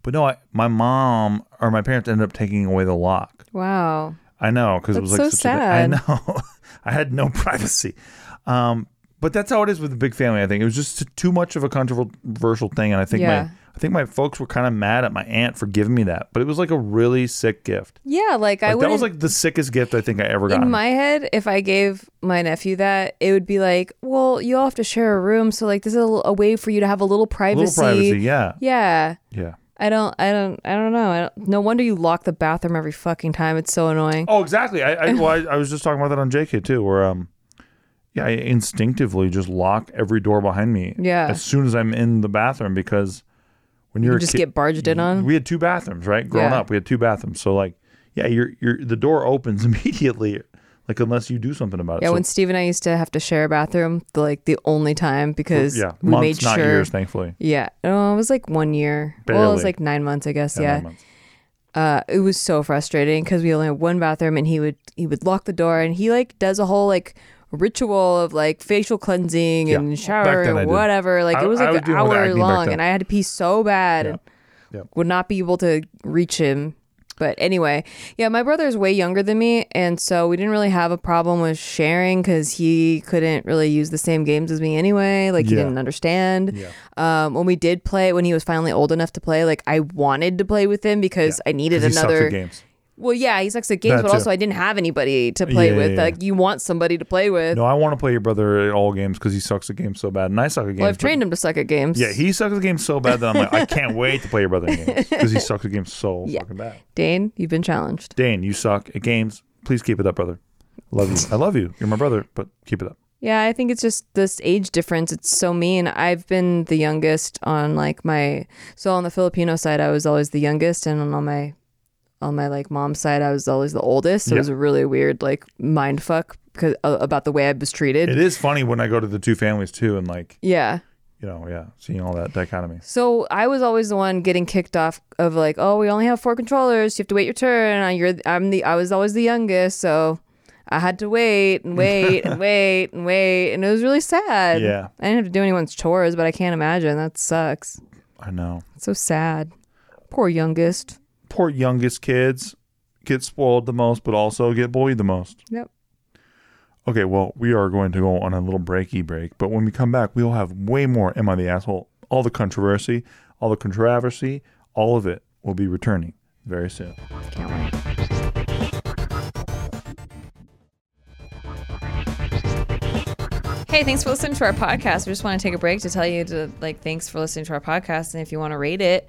Speaker 1: but no, I, my mom or my parents ended up taking away the lock.
Speaker 2: Wow.
Speaker 1: I know because it was
Speaker 2: That's
Speaker 1: like
Speaker 2: so
Speaker 1: such A,
Speaker 2: sad.
Speaker 1: I know. I had no privacy. Um, but that's how it is with the big family. I think it was just too much of a controversial thing, and I think
Speaker 2: Yeah.
Speaker 1: my I think my folks were kind of mad at my aunt for giving me that. But it was like a really sick gift.
Speaker 2: Yeah, like, I
Speaker 1: Like,
Speaker 2: would
Speaker 1: that was like the sickest gift I think I ever got.
Speaker 2: in my head, if I gave my nephew that, it would be like, well, you all have to share a room, so like this is a, l- a way for you to have a little
Speaker 1: a
Speaker 2: privacy.
Speaker 1: little privacy, yeah,
Speaker 2: Yeah.
Speaker 1: yeah.
Speaker 2: I don't, I don't, I don't know. I don't, no wonder you lock the bathroom every fucking time. It's so annoying.
Speaker 1: Oh, exactly. I I, well, I I was just talking about that on JK too, where um, yeah, I instinctively just lock every door behind me.
Speaker 2: Yeah.
Speaker 1: As soon as I'm in the bathroom, because when you're
Speaker 2: you
Speaker 1: a
Speaker 2: just
Speaker 1: kid-
Speaker 2: get barged in on.
Speaker 1: Mm-hmm. we had two bathrooms, right? Growing
Speaker 2: Yeah.
Speaker 1: up, we had two bathrooms. So like, yeah, you're you're the door opens immediately. Like unless you do something about it.
Speaker 2: Yeah,
Speaker 1: So-
Speaker 2: when Steve and I used to have to share a bathroom, the, like the only time because
Speaker 1: yeah,
Speaker 2: we
Speaker 1: months,
Speaker 2: made
Speaker 1: not
Speaker 2: sure.
Speaker 1: years, thankfully.
Speaker 2: Yeah, no, it was like one year. Well, it was
Speaker 1: Barely.
Speaker 2: like nine months, I guess.
Speaker 1: Yeah,
Speaker 2: yeah,
Speaker 1: nine months.
Speaker 2: uh, it was so frustrating because we only had one bathroom, and he would he would lock the door, and he like does a whole like ritual of like facial cleansing
Speaker 1: Yeah.
Speaker 2: and
Speaker 1: Back
Speaker 2: shower
Speaker 1: then I did.
Speaker 2: and whatever. Like
Speaker 1: I-
Speaker 2: it was
Speaker 1: I
Speaker 2: like
Speaker 1: was
Speaker 2: an
Speaker 1: dealing with
Speaker 2: hour
Speaker 1: acne back
Speaker 2: long,
Speaker 1: then.
Speaker 2: and I had to pee so bad and
Speaker 1: Yeah.
Speaker 2: would not be able to reach him. But anyway, yeah, my brother is way younger than me, and so we didn't really have a problem with sharing because he couldn't really use the same games as me anyway. Like he
Speaker 1: Yeah.
Speaker 2: didn't understand.
Speaker 1: Yeah.
Speaker 2: Um, when we did play, when he was finally old enough to play, like I wanted to play with him because I needed
Speaker 1: 'Cause he sucks
Speaker 2: another.
Speaker 1: at games.
Speaker 2: Well, yeah, he sucks at games,
Speaker 1: That
Speaker 2: but
Speaker 1: too.
Speaker 2: also I didn't have anybody to play
Speaker 1: Yeah,
Speaker 2: with.
Speaker 1: yeah, yeah.
Speaker 2: Like you want somebody to play with.
Speaker 1: No, I want to play your brother at all games because he sucks at games so bad, and I suck at games.
Speaker 2: well, I've
Speaker 1: but-
Speaker 2: trained him to suck at games.
Speaker 1: Yeah, he sucks at games so bad that I'm like, I can't wait to play your brother in games because he sucks at games so
Speaker 2: Yeah.
Speaker 1: fucking bad.
Speaker 2: Dane, you've been challenged.
Speaker 1: Dane, you suck at games. Please keep it up, brother. Love you. I love you. You're my brother, but keep it up.
Speaker 2: Yeah, I think it's just this age difference. It's so mean. I've been the youngest on like my so on the Filipino side, I was always the youngest, and on all my on my like mom's side, I was always the oldest. So
Speaker 1: Yeah.
Speaker 2: it was a really weird like mind fuck because uh, about the way I was treated.
Speaker 1: It is funny when I go to the two families too, and like
Speaker 2: yeah.
Speaker 1: you know, yeah, seeing all that dichotomy.
Speaker 2: So I was always the one getting kicked off of like, oh, we only have four controllers. You have to wait your turn. And I, you're, I'm the, I was always the youngest, so I had to wait and wait and wait and wait, and it was really sad.
Speaker 1: Yeah.
Speaker 2: I didn't have to do anyone's chores, but I can't imagine that sucks.
Speaker 1: I know.
Speaker 2: It's so sad. Poor youngest.
Speaker 1: Poor youngest kids get spoiled the most, but also get bullied the most.
Speaker 2: Yep.
Speaker 1: Okay, well, we are going to go on a little breaky break, but when we come back, we'll have way more Am I the Asshole? All the controversy, all the controversy, all of it will be returning very soon.
Speaker 2: Can't wait. Hey, thanks for listening to our podcast. We just want to take a break to tell you to like thanks for listening to our podcast and if you want to rate it,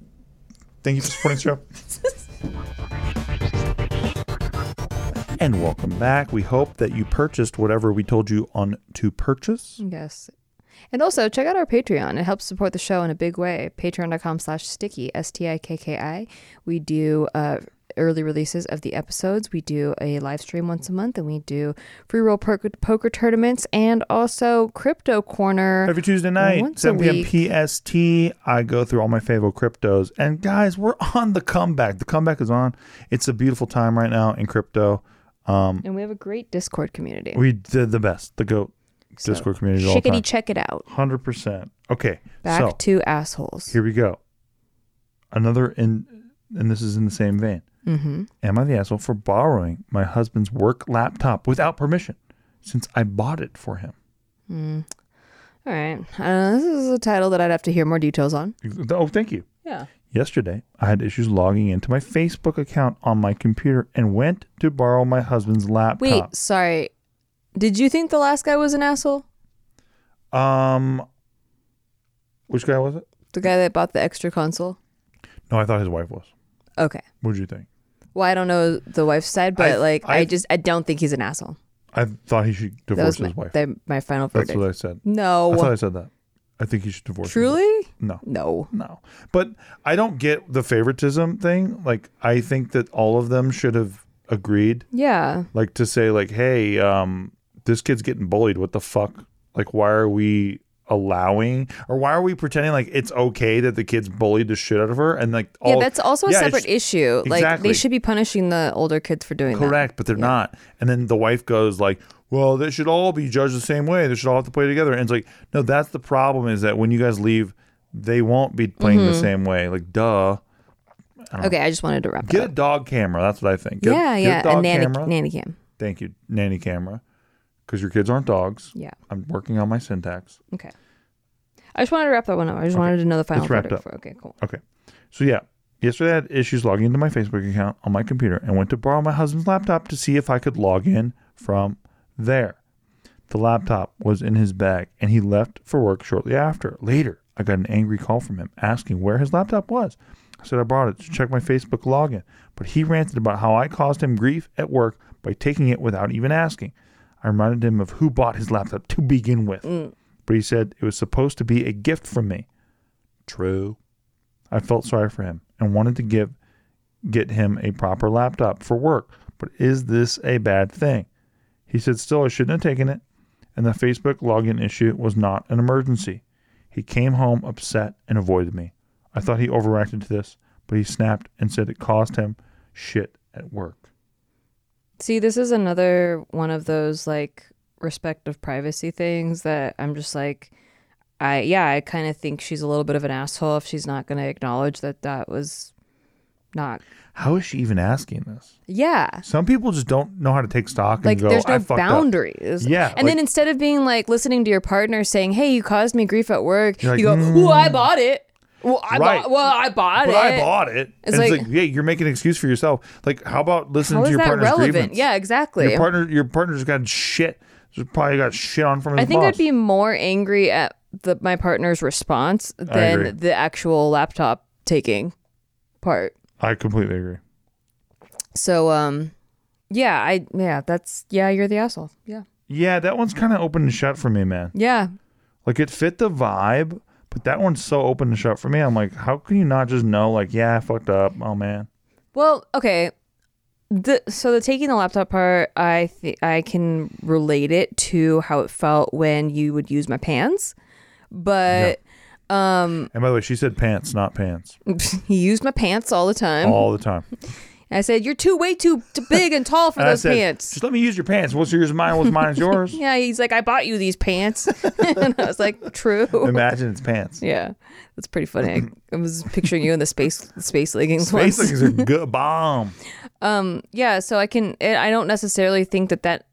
Speaker 1: Thank you for supporting the show. And welcome back. We hope that you purchased whatever we told you on to purchase.
Speaker 2: Yes. And also check out our Patreon. It helps support the show in a big way. Patreon.com slash sticky, S T I K K I. We do uh, early releases of the episodes. We do a live stream once a month and we do free roll poker, poker tournaments and also crypto corner.
Speaker 1: Every Tuesday night,
Speaker 2: Once a
Speaker 1: 7 p.m.
Speaker 2: week.
Speaker 1: PST, I go through all my favorite cryptos. And guys, we're on the comeback. The comeback is on. It's a beautiful time right now in crypto. Um,
Speaker 2: and we have a great Discord community.
Speaker 1: we did the best. The GOAT
Speaker 2: So,
Speaker 1: Discord community of all
Speaker 2: Chickadee,
Speaker 1: time.
Speaker 2: check it out.
Speaker 1: 100%. Okay.
Speaker 2: Back
Speaker 1: so,
Speaker 2: to assholes.
Speaker 1: Here we go. Another in, and this is in the same vein.
Speaker 2: Mm-hmm.
Speaker 1: Am I the asshole for borrowing my husband's work laptop without permission, since I bought it for him?
Speaker 2: All right. Uh, this is a title that I'd have to hear more details on.
Speaker 1: Oh, thank you.
Speaker 2: Yeah.
Speaker 1: Yesterday, I had issues logging into my Facebook account on my computer and went to borrow my husband's
Speaker 2: Wait,
Speaker 1: laptop.
Speaker 2: sorry. Did you think the last guy was an asshole?
Speaker 1: Um, which guy was it?
Speaker 2: The guy that bought the extra console?
Speaker 1: No, I thought his wife was.
Speaker 2: Okay.
Speaker 1: What did you think?
Speaker 2: Well, I don't know the wife's side, but
Speaker 1: I-
Speaker 2: like I,
Speaker 1: I-
Speaker 2: just I don't think he's an asshole.
Speaker 1: I thought he should
Speaker 2: That
Speaker 1: divorce
Speaker 2: was my,
Speaker 1: his wife.
Speaker 2: that- my final
Speaker 1: That's
Speaker 2: verdict.
Speaker 1: what I said. I thought
Speaker 2: no,
Speaker 1: I said that. I think he should divorce. his wife.
Speaker 2: truly,
Speaker 1: No.
Speaker 2: no.
Speaker 1: No. But I don't get the favoritism thing. Like I think that all of them should have agreed
Speaker 2: Yeah,
Speaker 1: like to say like, "Hey, um this kid's getting bullied. What the fuck? Like why are we allowing or why are we pretending like it's okay that the kid's bullied the shit out of her and like all
Speaker 2: yeah. That's also a
Speaker 1: Yeah,
Speaker 2: separate
Speaker 1: it's-
Speaker 2: issue. Like they
Speaker 1: Exactly.
Speaker 2: should be punishing the older kids for doing that.
Speaker 1: correct, but they're not. And then the wife goes like, "Well, they should all be judged the same way. They should all have to play together." And it's like, "No, that's the problem is that when you guys leave, they won't be playing the
Speaker 2: Mm-hmm.
Speaker 1: same way." Like, duh.
Speaker 2: Okay, I just wanted to wrap
Speaker 1: Get
Speaker 2: it
Speaker 1: a
Speaker 2: up.
Speaker 1: dog camera. That's what I think. Get,
Speaker 2: yeah,
Speaker 1: get
Speaker 2: yeah.
Speaker 1: A dog
Speaker 2: a nanny
Speaker 1: camera.
Speaker 2: nanny cam.
Speaker 1: Thank you, nanny camera. Because your kids aren't dogs.
Speaker 2: Yeah.
Speaker 1: I'm working on my syntax.
Speaker 2: Okay. I just wanted to wrap that one up. I just wanted to know the final
Speaker 1: wrapped
Speaker 2: verdict.
Speaker 1: up.
Speaker 2: For, okay, cool.
Speaker 1: Okay. So yeah, yesterday I had issues logging into my Facebook account on my computer and went to borrow my husband's laptop to see if I could log in from there. The laptop was in his bag and he left for work shortly after. Later, I got an angry call from him asking where his laptop was. I said I brought it to check my Facebook login, but he ranted about how I caused him grief at work by taking it without even asking. I reminded him of who bought his laptop to begin with, but he said it was supposed to be a gift from me. True. I felt sorry for him and wanted to give get him a proper laptop for work. But is this a bad thing? He said still I shouldn't have taken it, and the Facebook login issue was not an emergency. He came home upset and avoided me. I thought he overreacted to this, but he snapped and said it caused him shit at work.
Speaker 2: See, this is another one of those like respect of privacy things that I'm just like, I yeah, I kind of think she's a little bit of an asshole if she's not going to acknowledge that that was not.
Speaker 1: How is she even asking this?
Speaker 2: Yeah.
Speaker 1: Some people just don't know how to take stock and
Speaker 2: Like
Speaker 1: go,
Speaker 2: there's
Speaker 1: I
Speaker 2: no
Speaker 1: fucked up."
Speaker 2: boundaries.
Speaker 1: Yeah, like-
Speaker 2: And then instead of being like listening to your partner saying, "Hey, you caused me grief at work,"
Speaker 1: You're like,
Speaker 2: you go,
Speaker 1: "Mm."
Speaker 2: "Well, I bought it." Well, I
Speaker 1: Right.
Speaker 2: bought. Well, I bought
Speaker 1: But
Speaker 2: it.
Speaker 1: I bought it.
Speaker 2: It's
Speaker 1: and
Speaker 2: like-
Speaker 1: it's like, yeah, you're making an excuse for yourself. Like, how about listening
Speaker 2: How
Speaker 1: to
Speaker 2: is
Speaker 1: your
Speaker 2: that
Speaker 1: partner's
Speaker 2: relevant?
Speaker 1: grievance?
Speaker 2: Yeah, exactly.
Speaker 1: Your partner, your partner's got shit. Just probably got shit on from his
Speaker 2: I think
Speaker 1: boss.
Speaker 2: I'd be more angry at the my partner's response
Speaker 1: agree.
Speaker 2: than the actual laptop taking part.
Speaker 1: I completely agree.
Speaker 2: So um yeah, I yeah, that's yeah, you're the asshole. Yeah.
Speaker 1: Yeah, that one's kind of open and shut for me, man.
Speaker 2: Yeah.
Speaker 1: Like it fit the vibe, but that one's so open and shut for me. I'm like, how can you not just know? Like, yeah, I fucked up. Oh man,
Speaker 2: Well, okay. The, so the taking the laptop part, I th- I can relate it to how it felt when you would use my pants, but um,
Speaker 1: And by the way, she said pants, not pants,
Speaker 2: he used my pants all the time.
Speaker 1: all the time.
Speaker 2: I said, "You're too way too, too big and tall for
Speaker 1: And I
Speaker 2: those
Speaker 1: said,
Speaker 2: pants."
Speaker 1: just let me use your pants. What's yours is mine. What's mine is yours.
Speaker 2: Yeah, he's like, I bought you these pants. and I was like, true.
Speaker 1: Imagine it's pants.
Speaker 2: Yeah, that's pretty funny. I, I was picturing you in the space space leggings
Speaker 1: Face
Speaker 2: once.
Speaker 1: leggings are good bomb.
Speaker 2: Um, yeah, so I can, it, I don't necessarily think that that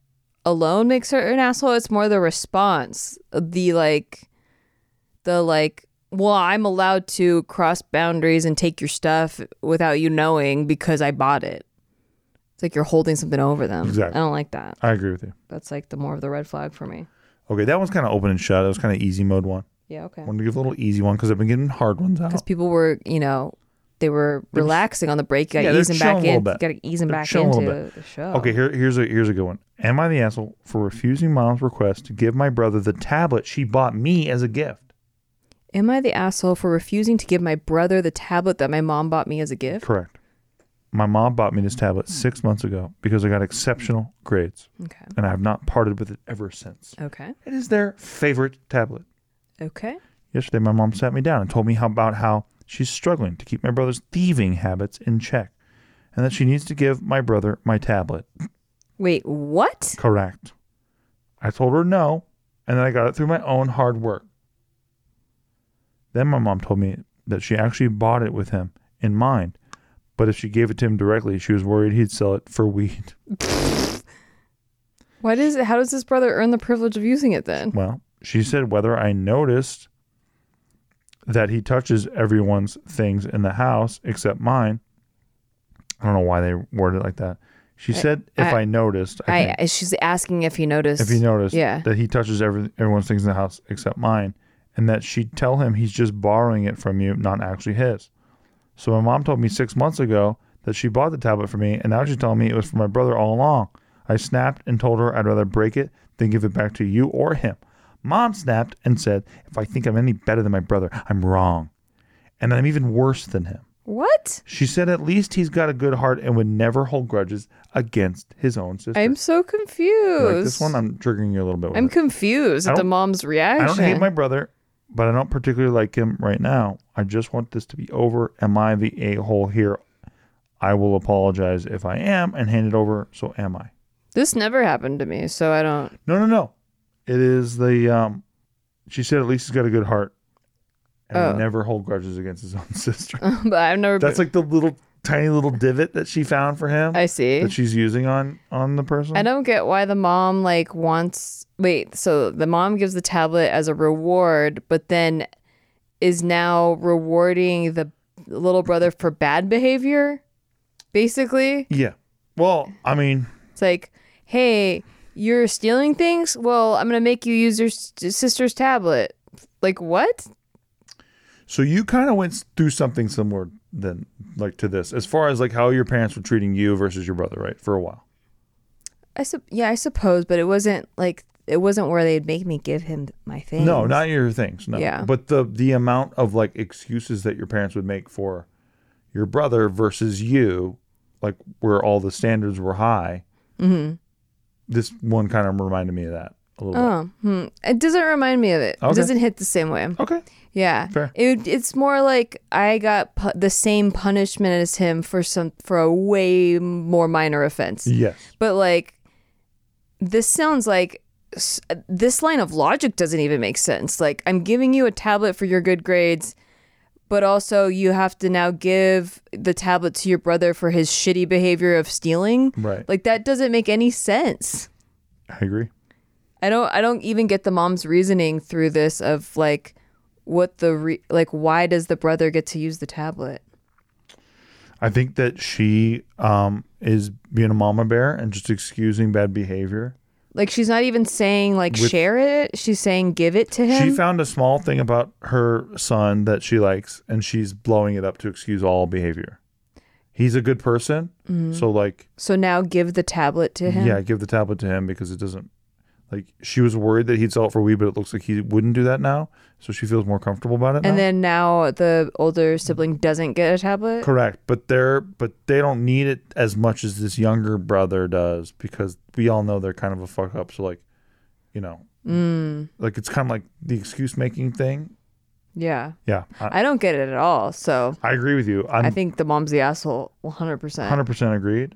Speaker 2: alone makes her an asshole. It's more the response, the like, the like, well, I'm allowed to cross boundaries and take your stuff without you knowing because I bought it. It's like you're holding something over them.
Speaker 1: Exactly.
Speaker 2: I don't like that.
Speaker 1: I agree with you.
Speaker 2: That's like the more of the red flag for me.
Speaker 1: Okay, that one's kind of open and shut. That was kind of easy mode one.
Speaker 2: Yeah, okay.
Speaker 1: I wanted to give a little easy one because I've been getting hard ones out.
Speaker 2: because people were, you know, they were relaxing on the break. You got
Speaker 1: Yeah,
Speaker 2: to
Speaker 1: they're
Speaker 2: ease them
Speaker 1: chilling a
Speaker 2: back
Speaker 1: little
Speaker 2: in.
Speaker 1: bit.
Speaker 2: You got to ease them
Speaker 1: They're
Speaker 2: back
Speaker 1: chilling a
Speaker 2: into
Speaker 1: little
Speaker 2: the show.
Speaker 1: Okay, here, here's a here's a good one. Am I the asshole for refusing mom's request to give my brother the tablet she bought me as a gift?
Speaker 2: Am I the asshole for refusing to give my brother the tablet that my mom bought me as a gift?
Speaker 1: Correct. My mom bought me this tablet six months ago because I got exceptional grades,
Speaker 2: Okay.
Speaker 1: and I have not parted with it ever since.
Speaker 2: Okay.
Speaker 1: It is their favorite tablet.
Speaker 2: Okay.
Speaker 1: Yesterday, my mom sat me down and told me how about how she's struggling to keep my brother's thieving habits in check, and that she needs to give my brother my tablet.
Speaker 2: Wait, what?
Speaker 1: Correct. I told her no, and then I got it through my own hard work. Then my mom told me that she actually bought it with him in mind, but if she gave it to him directly, she was worried he'd sell it for weed.
Speaker 2: Why does it, how does this brother earn the privilege of using it then?
Speaker 1: Well, she said whether I noticed that he touches everyone's things in the house except mine. I don't know why they worded it like that. She said if I,
Speaker 2: I-
Speaker 1: noticed, I, think.
Speaker 2: I, she's asking if he noticed.
Speaker 1: if you notice
Speaker 2: Yeah.
Speaker 1: that he touches every, everyone's things in the house except mine and that she'd tell him he's just borrowing it from you not actually his so my mom told me six months ago that she bought the tablet for me and now she's telling me it was for my brother all along i snapped and told her i'd rather break it than give it back to you or him mom snapped and said if i think i'm any better than my brother i'm wrong and that i'm even worse than him
Speaker 2: what?
Speaker 1: she said at least he's got a good heart and would never hold grudges against his own sister
Speaker 2: I'm so confused.
Speaker 1: like this one i'm triggering you a little bit with
Speaker 2: I'm
Speaker 1: it.
Speaker 2: confused
Speaker 1: I
Speaker 2: at the
Speaker 1: don't-
Speaker 2: mom's reaction.
Speaker 1: I don't hate my brother, but I don't particularly like him right now. I just want this to be over. Am I the a hole here? I will apologize if I am and hand it over. So am I?
Speaker 2: this never happened to me, so I don't.
Speaker 1: No, no, no. It is the. Um, she said at least he's got a good heart, and would
Speaker 2: Oh.
Speaker 1: never hold grudges against his own sister.
Speaker 2: but I've never.
Speaker 1: That's like the little tiny little divot that she found for him
Speaker 2: I see.
Speaker 1: that she's using on on the person.
Speaker 2: I don't get why the mom like wants wait, so the mom gives the tablet as a reward, but then is now rewarding the little brother for bad behavior? Basically.
Speaker 1: Yeah. Well, I mean,
Speaker 2: It's like, hey, you're stealing things? Well, I'm gonna make you use your s- sister's tablet. Like what?
Speaker 1: So you kind of went through something similar then, like to this, as far as like how your parents were treating you versus your brother, right? For a while.
Speaker 2: I sup yeah, I suppose, but it wasn't like it wasn't where they'd make me give him my things.
Speaker 1: No, not your things. No.
Speaker 2: Yeah.
Speaker 1: But the the amount of like excuses that your parents would make for your brother versus you, like where all the standards were high. Mm-hmm. This one kind of reminded me of that a little
Speaker 2: Oh, hmm. It doesn't remind me of it.
Speaker 1: Okay.
Speaker 2: It doesn't hit the same way.
Speaker 1: bit. Okay.
Speaker 2: Yeah.
Speaker 1: Fair.
Speaker 2: It, it's more like I got pu- the same punishment as him for some for a way more minor offense.
Speaker 1: Yes.
Speaker 2: But like, this sounds like s- this line of logic doesn't even make sense. Like, I'm giving you a tablet for your good grades, but also you have to now give the tablet to your brother for his shitty behavior of stealing.
Speaker 1: Right.
Speaker 2: Like that doesn't make any sense.
Speaker 1: I agree.
Speaker 2: I don't I don't even get the mom's reasoning through this of like what the re- like why does the brother get to use the tablet?
Speaker 1: I think that she um, is being a mama bear and just excusing bad behavior.
Speaker 2: Like she's not even saying like share it. She's saying give it to him.
Speaker 1: She found a small thing about her son that she likes, and she's blowing it up to excuse all behavior. He's a good person,
Speaker 2: Mm-hmm.
Speaker 1: so like,
Speaker 2: so now give the tablet to him.
Speaker 1: yeah, give the tablet to him because it doesn't. Like, she was worried that he'd sell it for weed, but it looks like he wouldn't do that now, so she feels more comfortable about it. now.
Speaker 2: And then now the older sibling doesn't get a tablet.
Speaker 1: Correct, but they're but they don't need it as much as this younger brother does because we all know they're kind of a fuck up. So like, you know,
Speaker 2: Mm.
Speaker 1: like it's kind of like the excuse making thing.
Speaker 2: Yeah.
Speaker 1: Yeah, I,
Speaker 2: I don't get it at all. So
Speaker 1: I agree with you. I'm
Speaker 2: I think the mom's the asshole 100%.
Speaker 1: hundred percent agreed.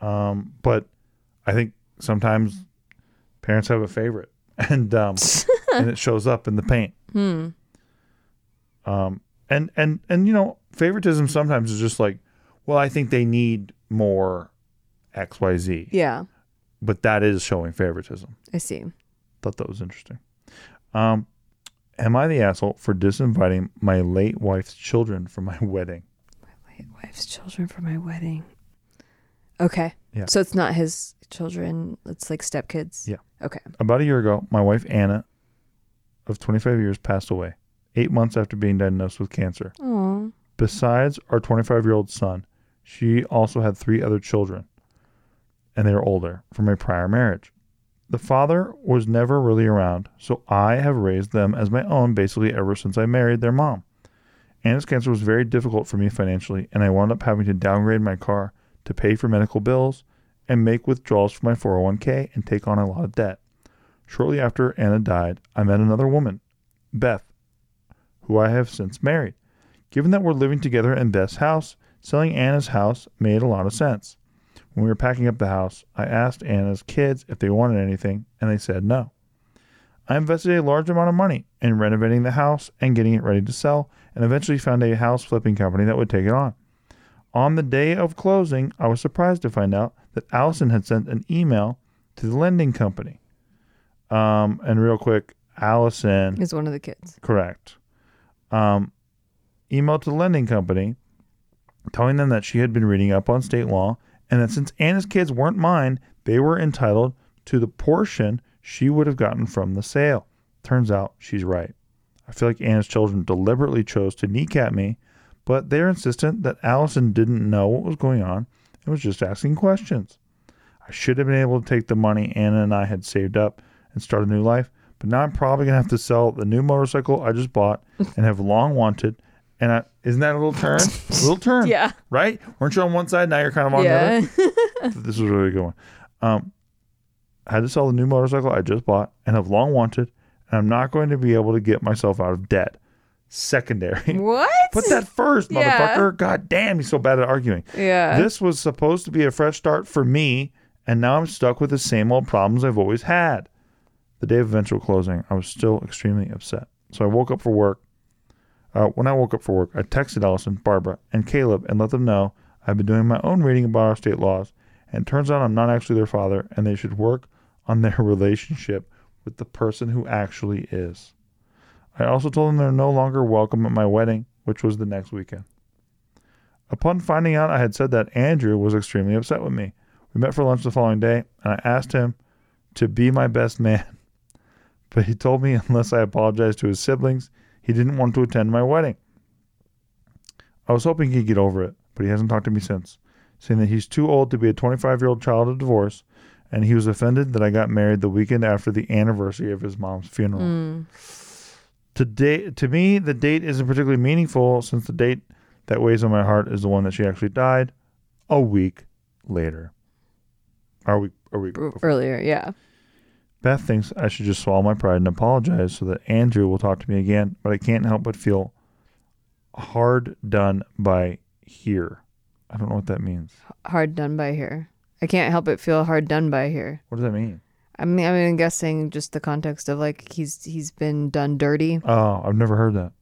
Speaker 1: Um, but I think sometimes parents have a favorite, and um, and it shows up in the paint.
Speaker 2: Hmm.
Speaker 1: Um, and and and you know, favoritism sometimes is just like, well, I think they need more X Y Z,
Speaker 2: Yeah.
Speaker 1: but that is showing favoritism.
Speaker 2: I see.
Speaker 1: Thought that was interesting. Um, am I the asshole for disinviting my late wife's children from my wedding?
Speaker 2: Wait, wife's children for my wedding. Okay.
Speaker 1: Yeah.
Speaker 2: So it's not his children. It's like stepkids.
Speaker 1: Yeah.
Speaker 2: Okay.
Speaker 1: About a year ago, my wife Anna, of 25 years, passed away, eight months after being diagnosed with cancer.
Speaker 2: Oh.
Speaker 1: Besides our 25 year old son, she also had three other children, and they were older from a prior marriage. The father was never really around, so I have raised them as my own basically ever since I married their mom. Anna's cancer was very difficult for me financially, and I wound up having to downgrade my car to pay for medical bills and make withdrawals from my 401k and take on a lot of debt. Shortly after Anna died, I met another woman, Beth, who I have since married. Given that we're living together in Beth's house, selling Anna's house made a lot of sense. When we were packing up the house, I asked Anna's kids if they wanted anything, and they said no. I invested a large amount of money in renovating the house and getting it ready to sell, and eventually found a house flipping company that would take it on. On the day of closing, I was surprised to find out that Allison had sent an email to the lending company. Um, and real quick, Allison
Speaker 2: Is one of the kids.
Speaker 1: Correct. Um, email to the lending company telling them that she had been reading up on state law and that since Anna's kids weren't mine, they were entitled to the portion she would have gotten from the sale. Turns out she's right. I feel like Anna's children deliberately chose to kneecap me, but they're insistent that Allison didn't know what was going on and was just asking questions. I should have been able to take the money Anna and I had saved up and start a new life, but now I'm probably gonna have to sell the new motorcycle I just bought and have long wanted. And I, isn't that a little turn? A little turn.
Speaker 2: Yeah.
Speaker 1: Right? Weren't you on one side? Now you're kind of on the
Speaker 2: yeah.
Speaker 1: other. This is a really good one. Um, I had to sell the new motorcycle I just bought and have long wanted, and I'm not going to be able to get myself out of debt. Secondary.
Speaker 2: what?
Speaker 1: Put that first,
Speaker 2: Yeah.
Speaker 1: motherfucker. God damn, he's so bad at arguing.
Speaker 2: yeah.
Speaker 1: This was supposed to be a fresh start for me, and now I'm stuck with the same old problems I've always had. The day of eventual closing, I was still extremely upset. So I woke up for work. Uh, when I woke up for work, I texted Allison, Barbara, and Caleb and let them know I've been doing my own reading about our state laws, and it turns out I'm not actually their father, and they should work on their relationship with the person who actually is. I also told them they're no longer welcome at my wedding, which was the next weekend. Upon finding out I had said that, Andrew was extremely upset with me. We met for lunch the following day, and I asked him to be my best man, but he told me unless I apologized to his siblings, he didn't want to attend my wedding. I was hoping he'd get over it, but he hasn't talked to me since, saying that he's too old to be a 25 year old child of divorce, and he was offended that I got married the weekend after the anniversary of his mom's funeral.
Speaker 2: Hmm.
Speaker 1: To date, to me, the date isn't particularly meaningful since the date that weighs on my heart is the one that she actually died, a week later. Are we? Are we?
Speaker 2: R- earlier. Yeah.
Speaker 1: Beth thinks I should just swallow my pride and apologize so that Andrew will talk to me again, but I can't help but feel hard done by here. I don't know what that means.
Speaker 2: Hard done by here. I can't help but feel hard done by here.
Speaker 1: What does that mean?
Speaker 2: I mean, I mean, I'm guessing just the context of like he's he's been done dirty.
Speaker 1: Oh, I've never heard that.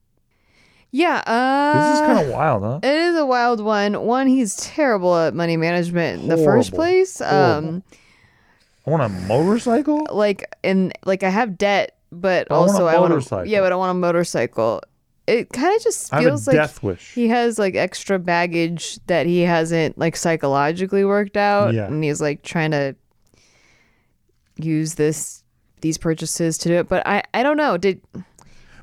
Speaker 2: Yeah. Uh,
Speaker 1: This is kind of wild, huh?
Speaker 2: It is a wild one. One, he's terrible at money management in the first
Speaker 1: Horrible.
Speaker 2: place. Um,
Speaker 1: On a motorcycle?
Speaker 2: like and like I have debt, but
Speaker 1: I want a
Speaker 2: also I want
Speaker 1: motorcycle.
Speaker 2: yeah, but I want a motorcycle. It kind of just
Speaker 1: I have a
Speaker 2: feels like
Speaker 1: death wish.
Speaker 2: he has like extra baggage that he hasn't like psychologically worked out,
Speaker 1: Yeah.
Speaker 2: and he's like trying to use this these purchases to do it. But I I don't know did.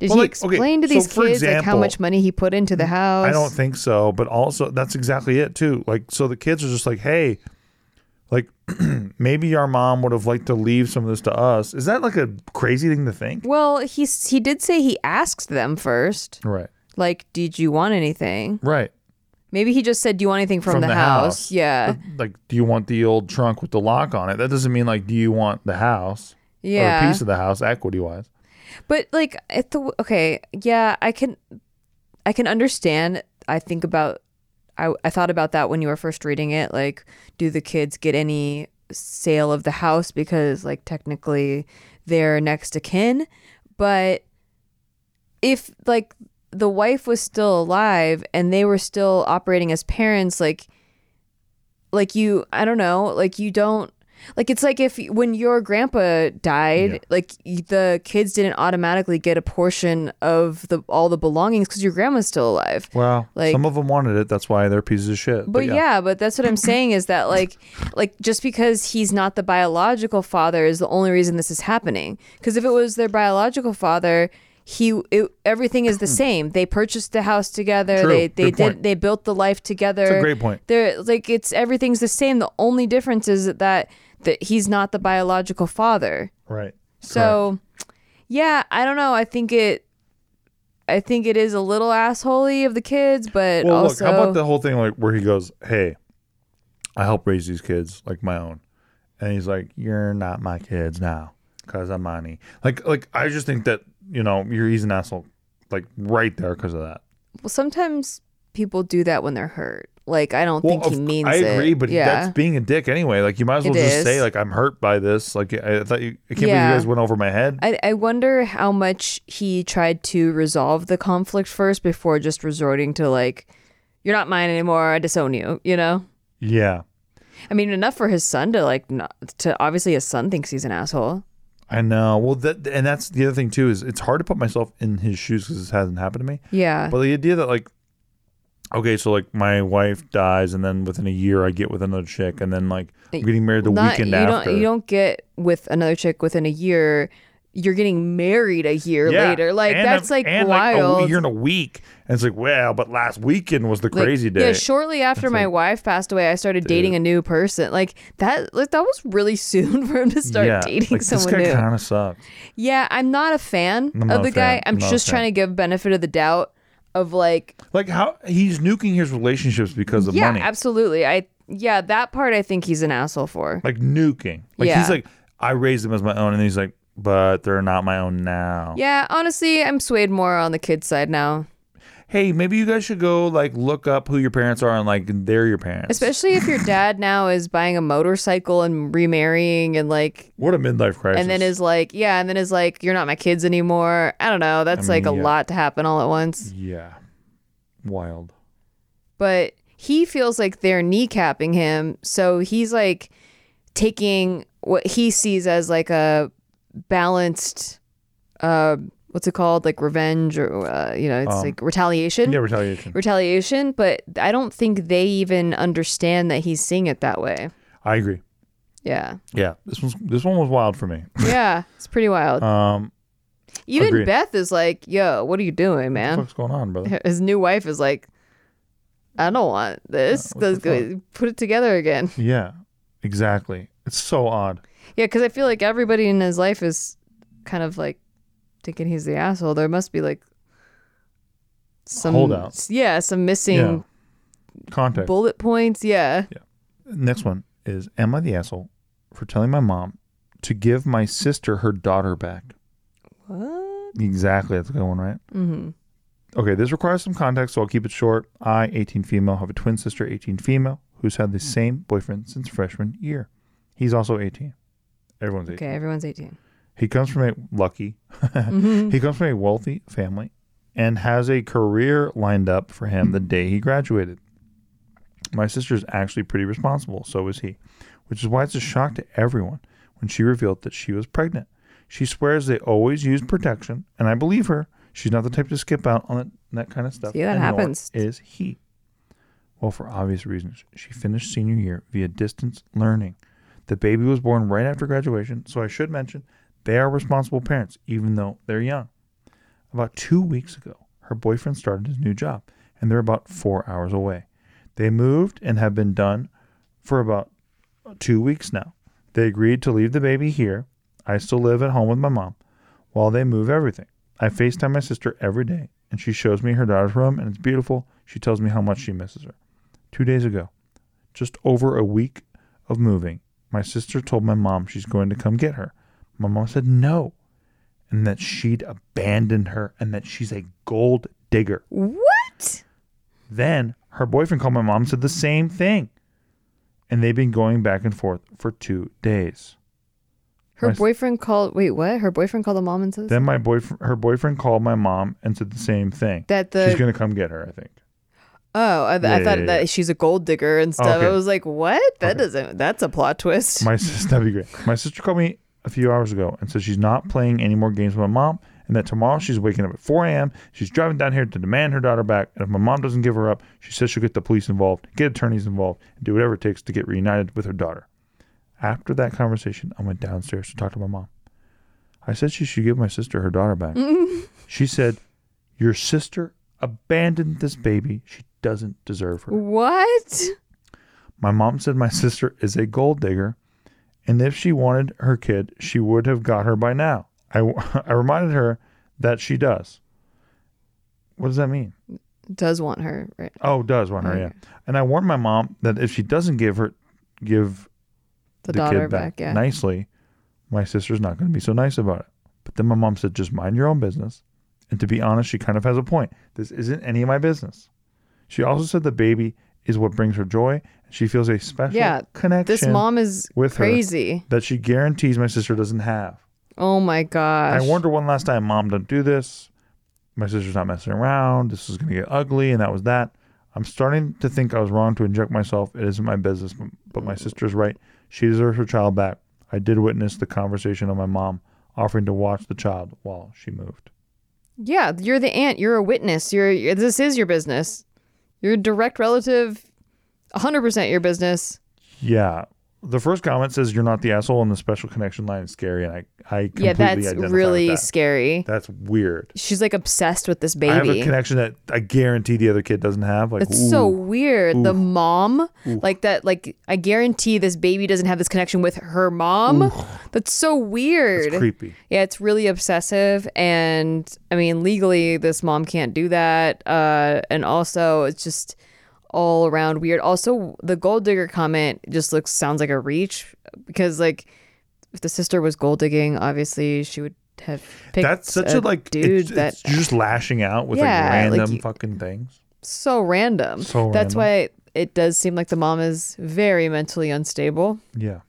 Speaker 2: Did
Speaker 1: Well,
Speaker 2: he
Speaker 1: like, okay,
Speaker 2: explain to
Speaker 1: so
Speaker 2: these
Speaker 1: for
Speaker 2: kids like how
Speaker 1: example-
Speaker 2: much money he put into the house?
Speaker 1: I don't think so, but also that's exactly it too. Like so the kids are just like, "Hey, like maybe our mom would have liked to leave some of this to us." Is that like a crazy thing to think?
Speaker 2: Well, he's he did say he asked them first,
Speaker 1: Right.
Speaker 2: like, "Did you want anything?"
Speaker 1: Right.
Speaker 2: Maybe he just said, "Do you want anything from, the, house? Yeah,
Speaker 1: Uh, Like, do you want the old trunk with the lock on it? That doesn't mean like, do you want the house or a
Speaker 2: yeah.
Speaker 1: piece of the house, equity wise?
Speaker 2: But like, at the okay, yeah, I can, I can understand. I think about, I I thought about that when you were first reading it. Like, do the kids get any sale of the house because like technically they're next to kin, but if like the wife was still alive and they were still operating as parents like like you i don't know like you don't like it's like if when your grandpa died
Speaker 1: Yeah.
Speaker 2: like y- the kids didn't automatically get a portion of the all the belongings because your grandma's still alive
Speaker 1: Well,
Speaker 2: Like-
Speaker 1: some of them wanted it. That's why they're pieces of shit.
Speaker 2: but yeah. but that's what i'm saying is that like like just because he's not the biological father is the only reason this is happening because if it was their biological father he it, everything is the same they purchased the house together
Speaker 1: Hmm. True.
Speaker 2: they they
Speaker 1: Good
Speaker 2: did
Speaker 1: point.
Speaker 2: they built the life together
Speaker 1: That's a great point.
Speaker 2: they're like it's everything's the same the only difference is that that he's not the biological father
Speaker 1: Right.
Speaker 2: so, yeah, I don't know. I think it, I think it is a little assholey of the kids, but
Speaker 1: Well,
Speaker 2: also
Speaker 1: look, how about the whole thing like where he goes, "Hey, I help raise these kids like my own," and he's like, "You're not my kids now, cause I'm money." Like, like I just think that you know you're he's an asshole, like right there because of that.
Speaker 2: well, sometimes people do that when they're hurt. Like I don't think
Speaker 1: of
Speaker 2: he
Speaker 1: c-
Speaker 2: means
Speaker 1: I
Speaker 2: it.
Speaker 1: agree, but
Speaker 2: yeah,
Speaker 1: that's being a dick anyway. Like you might as well
Speaker 2: It
Speaker 1: just
Speaker 2: is.
Speaker 1: say like I'm hurt by this. Like I I thought you, I can't believe
Speaker 2: Yeah.
Speaker 1: you guys went over my head.
Speaker 2: I, I wonder how much he tried to resolve the conflict first before just resorting to like, you're not mine anymore. I disown you. You know.
Speaker 1: yeah,
Speaker 2: I mean, enough for his son to like not to. Obviously, his son thinks he's an asshole.
Speaker 1: I know. Well, that and that's the other thing too is it's hard to put myself in his shoes because this hasn't happened to me.
Speaker 2: Yeah.
Speaker 1: But the idea that like, okay, so like my wife dies, and then within a year I get with another chick, and then like I'm getting married the
Speaker 2: Not-
Speaker 1: weekend
Speaker 2: you
Speaker 1: after.
Speaker 2: Don't, you don't get with another chick within a year. You're getting married a year
Speaker 1: Yeah,
Speaker 2: later. Like
Speaker 1: and
Speaker 2: that's
Speaker 1: a-
Speaker 2: like
Speaker 1: and
Speaker 2: wild.
Speaker 1: Like a year and a week, and it's like, well, but last weekend was the
Speaker 2: Like,
Speaker 1: crazy day.
Speaker 2: Yeah, shortly after my wife passed away, I started dating a new person. Like that, like that was really soon for him to start
Speaker 1: Yeah,
Speaker 2: dating
Speaker 1: like,
Speaker 2: someone
Speaker 1: This
Speaker 2: new.
Speaker 1: guy kind of sucks.
Speaker 2: yeah, I'm not a fan
Speaker 1: I'm not
Speaker 2: of
Speaker 1: a
Speaker 2: the
Speaker 1: fan.
Speaker 2: guy. I'm
Speaker 1: I'm not a
Speaker 2: just
Speaker 1: fan.
Speaker 2: trying to give benefit of the doubt of like,
Speaker 1: Like how he's nuking his relationships because of
Speaker 2: yeah,
Speaker 1: money.
Speaker 2: absolutely. I yeah, that part I think he's an asshole for.
Speaker 1: Like nuking. Like
Speaker 2: Yeah.
Speaker 1: he's like, I raised them as my own, and he's like, but they're not my own now.
Speaker 2: Yeah, honestly, I'm swayed more on the kid's side now.
Speaker 1: Hey, maybe you guys should go like look up who your parents are and like they're your parents.
Speaker 2: Especially if your dad now is buying a motorcycle and remarrying and like
Speaker 1: what a midlife crisis.
Speaker 2: and then is like yeah and then is like you're not my kids anymore. I don't know. That's like a
Speaker 1: yeah.
Speaker 2: lot to happen all at once.
Speaker 1: Yeah. Wild.
Speaker 2: But he feels like they're kneecapping him, so he's like taking what he sees as like a balanced uh what's it called like revenge or uh, you know it's like retaliation.
Speaker 1: Yeah, retaliation.
Speaker 2: Retaliation, but I don't think they even understand that he's seeing it that way.
Speaker 1: I agree.
Speaker 2: Yeah.
Speaker 1: Yeah, this was this one was wild for me.
Speaker 2: Yeah. It's pretty wild.
Speaker 1: Um,
Speaker 2: Even
Speaker 1: agreed.
Speaker 2: Beth is like, yo, what are you doing,
Speaker 1: what the
Speaker 2: man?
Speaker 1: fuck's going on, brother?
Speaker 2: His new wife is like, I don't want this.
Speaker 1: what the
Speaker 2: Let's go- put it together again.
Speaker 1: Yeah, exactly. It's so odd.
Speaker 2: Yeah, because I feel like everybody in his life is kind of like thinking he's the asshole. There must be like some
Speaker 1: Holdout.
Speaker 2: Yeah, some missing
Speaker 1: Yeah. Context.
Speaker 2: bullet points. Yeah.
Speaker 1: Next one is Am I the asshole for telling my mom to give my sister her daughter back?
Speaker 2: What?
Speaker 1: Exactly. That's a good one, right?
Speaker 2: Mm-hmm.
Speaker 1: Okay, this requires some context, so I'll keep it short. I, 18 female, have a twin sister, 18 female, who's had
Speaker 2: Hmm.
Speaker 1: the same boyfriend since freshman year. He's also 18. Everyone's 18.
Speaker 2: Okay, everyone's Mm-hmm. 18.
Speaker 1: He comes from a lucky, he comes from a wealthy family and has a career lined up for him
Speaker 2: Hmm.
Speaker 1: the day he graduated. My sister's actually pretty responsible, so is he, which is why it's a shock to everyone when she revealed that she was pregnant. She swears they always use protection, and I believe her. She's not the type to skip out on that, that kind of stuff.
Speaker 2: See, that
Speaker 1: and nor
Speaker 2: happens.
Speaker 1: Is he? Well, for obvious reasons, she finished senior year via distance learning. The baby was born right after graduation, so I should mention they are responsible parents, even though they're young. About two weeks ago, her boyfriend started his new job, and they're about four hours away. They moved and have been done for about two weeks now. They agreed to leave the baby here. I still live at home with my mom while they move everything. I FaceTime my sister every day, and she shows me her daughter's room, and it's beautiful. She tells me how much she misses her. Two days ago, just over a week of moving, my sister told my mom she's going to come get her. My mom said no, and that she'd abandoned her, and that she's a gold digger.
Speaker 2: What?
Speaker 1: Then her boyfriend called my mom and said the same thing. And they've been going back and forth for two days.
Speaker 2: Her
Speaker 1: My s-
Speaker 2: boyfriend called. Wait, what? Her boyfriend called the mom and said this?
Speaker 1: Then my boyfriend, her boyfriend called my mom and said the same thing.
Speaker 2: that
Speaker 1: She's
Speaker 2: the
Speaker 1: gonna come get her, I think.
Speaker 2: oh, I, I
Speaker 1: Yeah,
Speaker 2: thought
Speaker 1: yeah, yeah. Oh,
Speaker 2: that she's a gold digger and stuff. I
Speaker 1: Okay.
Speaker 2: was like, what? That
Speaker 1: Okay.
Speaker 2: doesn't. That's a plot twist.
Speaker 1: My sister, that'd be great. My sister called me a few hours ago and said she's not playing any more games with my mom, and that tomorrow she's waking up at 4 a.m. She's driving down here to demand her daughter back, and if my mom doesn't give her up, she says she'll get the police involved, get attorneys involved, and do whatever it takes to get reunited with her daughter. After that conversation, I went downstairs to talk to my mom. I said she should give my sister her daughter back. she said, "Your sister abandoned this baby. She doesn't deserve her."
Speaker 2: what?
Speaker 1: My mom said my sister is a gold digger, and if she wanted her kid, she would have got her by now. I, I reminded her that she does. What does that mean?
Speaker 2: Does want her? Right.
Speaker 1: Oh, does want her, yeah. And I warned my mom that if she doesn't give her give
Speaker 2: The,
Speaker 1: the,
Speaker 2: daughter
Speaker 1: kid back,
Speaker 2: back. Yeah.
Speaker 1: nicely, my sister's not going to be so nice about it. But then my mom said, "Just mind your own business." And to be honest, she kind of has a point. This isn't any of my business. She also said the baby is what brings her joy, and she feels a special
Speaker 2: Yeah,
Speaker 1: connection.
Speaker 2: This mom is
Speaker 1: with her.
Speaker 2: crazy.
Speaker 1: that she guarantees my sister doesn't have.
Speaker 2: Oh my gosh.
Speaker 1: I warned her one last time, Mom, don't do this. My sister's not messing around. This is going to get ugly. And that was that. I'm starting to think I was wrong to inject myself. It isn't my business, but- but my sister's right. She deserves her child back. I did witness the conversation of my mom offering to watch the child while she moved.
Speaker 2: Yeah, you're the aunt. You're a witness. You're, you're this is your business. You're a direct relative. 100% your business.
Speaker 1: Yeah. The first comment says, You're not the asshole, and the special connection line is scary. And I, I completely
Speaker 2: Yeah, that's
Speaker 1: identify with
Speaker 2: really
Speaker 1: that.
Speaker 2: scary.
Speaker 1: That's weird.
Speaker 2: She's like obsessed with this baby.
Speaker 1: I have a connection that I guarantee the other kid doesn't have. Like,
Speaker 2: It's so
Speaker 1: ooh.
Speaker 2: weird. The mom, like that, like I guarantee this baby doesn't have this connection with her mom. That's so weird.
Speaker 1: It's creepy.
Speaker 2: yeah, it's really obsessive, and I mean, legally, this mom can't do that. Uh, and also, it's just all around weird. Also, the gold digger comment just looks sounds like a reach because, like, if the sister was gold digging, obviously she would have picked.
Speaker 1: That's such a, like
Speaker 2: dude
Speaker 1: It's,
Speaker 2: that
Speaker 1: it's just lashing out with
Speaker 2: Yeah,
Speaker 1: like
Speaker 2: like
Speaker 1: random
Speaker 2: you-
Speaker 1: fucking things.
Speaker 2: so random.
Speaker 1: So
Speaker 2: That's
Speaker 1: random.
Speaker 2: why it does seem like the mom is very mentally unstable.
Speaker 1: Yeah,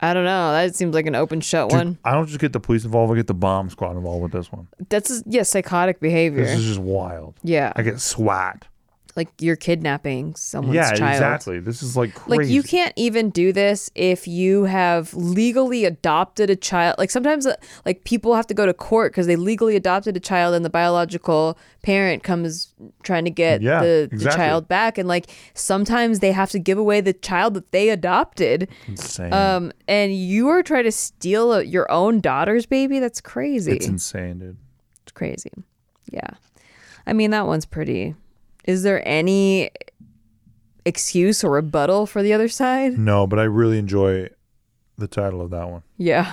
Speaker 2: I don't know. That seems like an open shut
Speaker 1: Dude,
Speaker 2: one.
Speaker 1: I don't just get the police involved. I get the bomb squad involved with this one.
Speaker 2: That's yeah, psychotic behavior.
Speaker 1: This is just wild.
Speaker 2: yeah.
Speaker 1: I get SWAT.
Speaker 2: Like you're kidnapping someone's
Speaker 1: yeah,
Speaker 2: child.
Speaker 1: exactly. This is like crazy.
Speaker 2: Like you can't even do this if you have legally adopted a child. Like sometimes uh, like people have to go to court cuz they legally adopted a child and the biological parent comes trying to get
Speaker 1: Yeah,
Speaker 2: the, the
Speaker 1: exactly.
Speaker 2: child back and like sometimes they have to give away the child that they adopted.
Speaker 1: insane.
Speaker 2: Um and you are trying to steal a, your own daughter's baby? That's crazy.
Speaker 1: it's insane, dude.
Speaker 2: It's crazy. Yeah. I mean, that one's pretty. Is there any excuse or rebuttal for the other side?
Speaker 1: No, but I really enjoy the title of that one.
Speaker 2: Yeah.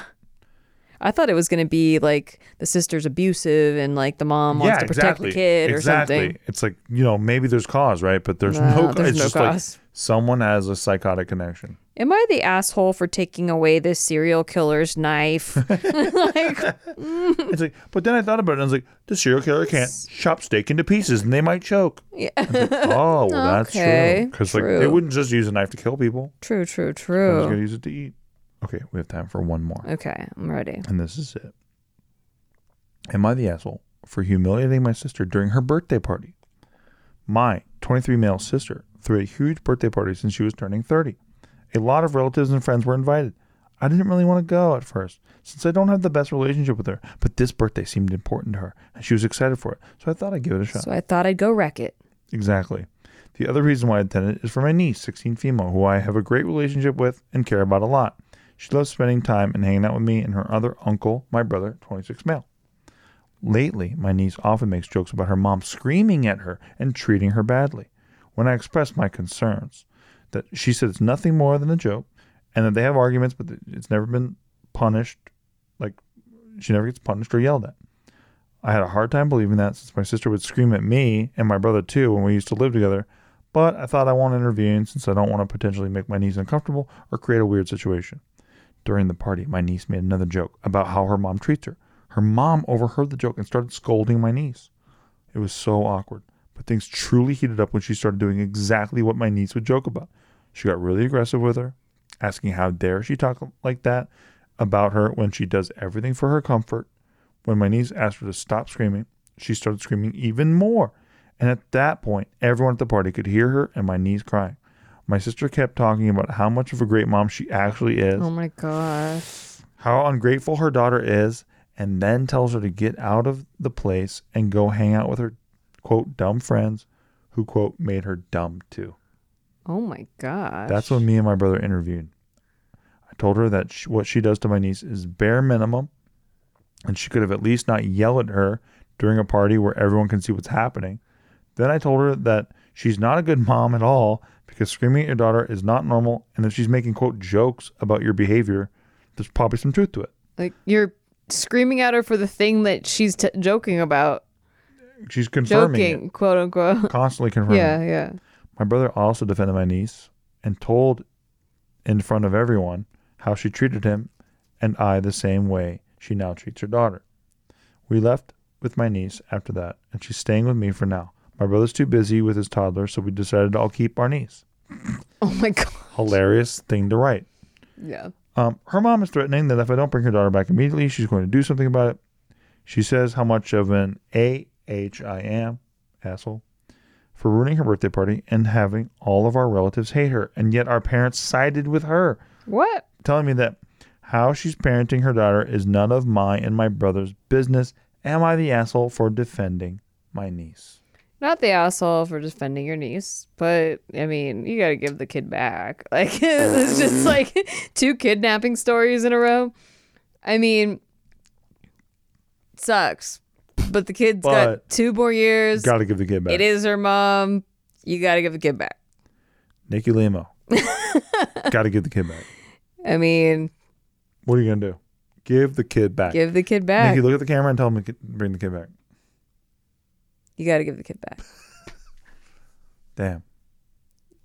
Speaker 2: I thought it was going to be like the sister's abusive and like the mom wants to protect the kid or
Speaker 1: exactly.
Speaker 2: something.
Speaker 1: It's like you know maybe there's cause, right? But there's
Speaker 2: No,
Speaker 1: no.
Speaker 2: there's
Speaker 1: it's
Speaker 2: no
Speaker 1: just
Speaker 2: cause.
Speaker 1: like someone has a psychotic connection.
Speaker 2: Am I the asshole for taking away this serial killer's knife? like,
Speaker 1: It's like, but then I thought about it. and I was like, the serial killer can't chop steak into pieces, and they might choke. Yeah. oh, well, that's
Speaker 2: Okay,
Speaker 1: true. Because like they
Speaker 2: true.
Speaker 1: wouldn't just use a knife to kill people.
Speaker 2: true, true,
Speaker 1: They're just
Speaker 2: true.
Speaker 1: gonna use it to eat. Okay, we have time for one more,
Speaker 2: Okay, I'm ready.
Speaker 1: and this is it. Am I the asshole for humiliating my sister during her birthday party? My 23 male sister threw a huge birthday party since she was turning 30. A lot of relatives and friends were invited. I didn't really want to go at first, since I don't have the best relationship with her, but this birthday seemed important to her, and she was excited for it, so I thought I'd give it a shot.
Speaker 2: So I thought I'd go wreck it.
Speaker 1: Exactly. The other reason why I attended is for my niece, 16 female, who I have a great relationship with and care about a lot. She loves spending time and hanging out with me and her other uncle, my brother, 26 male. Lately, my niece often makes jokes about her mom screaming at her and treating her badly. When I express my concerns, that she said it's nothing more than a joke, and that they have arguments, but that it's never been punished, like she never gets punished or yelled at. I had a hard time believing that since my sister would scream at me and my brother too when we used to live together, but I thought I won't intervene since I don't want to potentially make my niece uncomfortable or create a weird situation. During the party, my niece made another joke about how her mom treats her. Her mom overheard the joke and started scolding my niece. It was so awkward, but things truly heated up when she started doing exactly what my niece would joke about. She got really aggressive with her, asking how dare she talk like that about her when she does everything for her comfort. When my niece asked her to stop screaming, she started screaming even more. And at that point, everyone at the party could hear her and my niece crying. My sister kept talking about how much of a great mom she actually is
Speaker 2: Oh my gosh.
Speaker 1: how ungrateful her daughter is, and then tells her to get out of the place and go hang out with her, quote, dumb friends who, quote, made her dumb too.
Speaker 2: Oh my gosh.
Speaker 1: That's when me and my brother interviewed. I told her that sh what she does to my niece is bare minimum, and she could have at least not yelled at her during a party where everyone can see what's happening. Then I told her that she's not a good mom at all because screaming at your daughter is not normal, and if she's making, quote, jokes about your behavior, there's probably some truth to it.
Speaker 2: like you're screaming at her for the thing that she's t- joking about.
Speaker 1: She's confirming it.
Speaker 2: joking, quote unquote.
Speaker 1: constantly confirming.
Speaker 2: yeah, yeah.
Speaker 1: My brother also defended my niece and told in front of everyone how she treated him and I the same way she now treats her daughter. We left with my niece after that, and she's staying with me for now. My brother's too busy with his toddler, so we decided to all keep our niece.
Speaker 2: Oh my god.
Speaker 1: Hilarious thing to write.
Speaker 2: Yeah.
Speaker 1: Um, her mom is threatening that if I don't bring her daughter back immediately, she's going to do something about it. She says how much of an A H I am, asshole, for ruining her birthday party and having all of our relatives hate her. And yet our parents sided with her,
Speaker 2: What?
Speaker 1: telling me that how she's parenting her daughter is none of my and my brother's business. Am I the asshole for defending my niece?
Speaker 2: Not the asshole for defending your niece, but I mean, you got to give the kid back. Like it's just like two kidnapping stories in a row. I mean, sucks. But the kid's
Speaker 1: But-
Speaker 2: got two more years.
Speaker 1: Got to give the kid back.
Speaker 2: It is her mom. You got to give the kid back.
Speaker 1: Nikki Limo. Got to give the kid back.
Speaker 2: I mean,
Speaker 1: What are you going to do? Give the kid back.
Speaker 2: give the kid back.
Speaker 1: Nikki, look at the camera and tell him to bring the kid back.
Speaker 2: You got to give the kid back.
Speaker 1: Damn.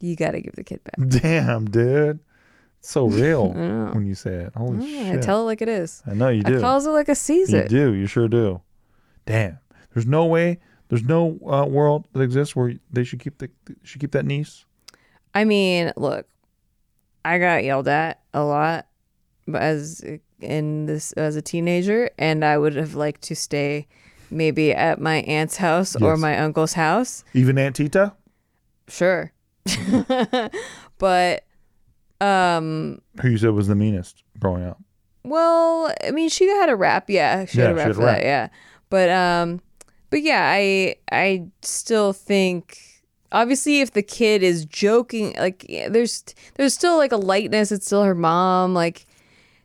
Speaker 2: You got to give the kid back.
Speaker 1: Damn, dude. It's so real
Speaker 2: know.
Speaker 1: when you say it. Holy
Speaker 2: Mm,
Speaker 1: shit.
Speaker 2: I tell it like it is.
Speaker 1: I know you do.
Speaker 2: I calls it like I sees
Speaker 1: you
Speaker 2: it.
Speaker 1: do. You sure do. Damn. There's no way. There's no uh, world that exists where they should keep the should keep that niece.
Speaker 2: I mean, look, I got yelled at a lot, but as in this as a teenager, and I would have liked to stay maybe at my aunt's house or
Speaker 1: Yes.
Speaker 2: my uncle's house.
Speaker 1: Even Aunt Tita?
Speaker 2: sure. but um
Speaker 1: Who you said was the meanest growing up?
Speaker 2: well, I mean she had a rap, yeah. She had
Speaker 1: Yeah,
Speaker 2: a
Speaker 1: she
Speaker 2: rap
Speaker 1: had a
Speaker 2: for that,
Speaker 1: rap.
Speaker 2: yeah. But um but yeah, I I still think obviously if the kid is joking like yeah, there's there's still like a lightness, it's still her mom, like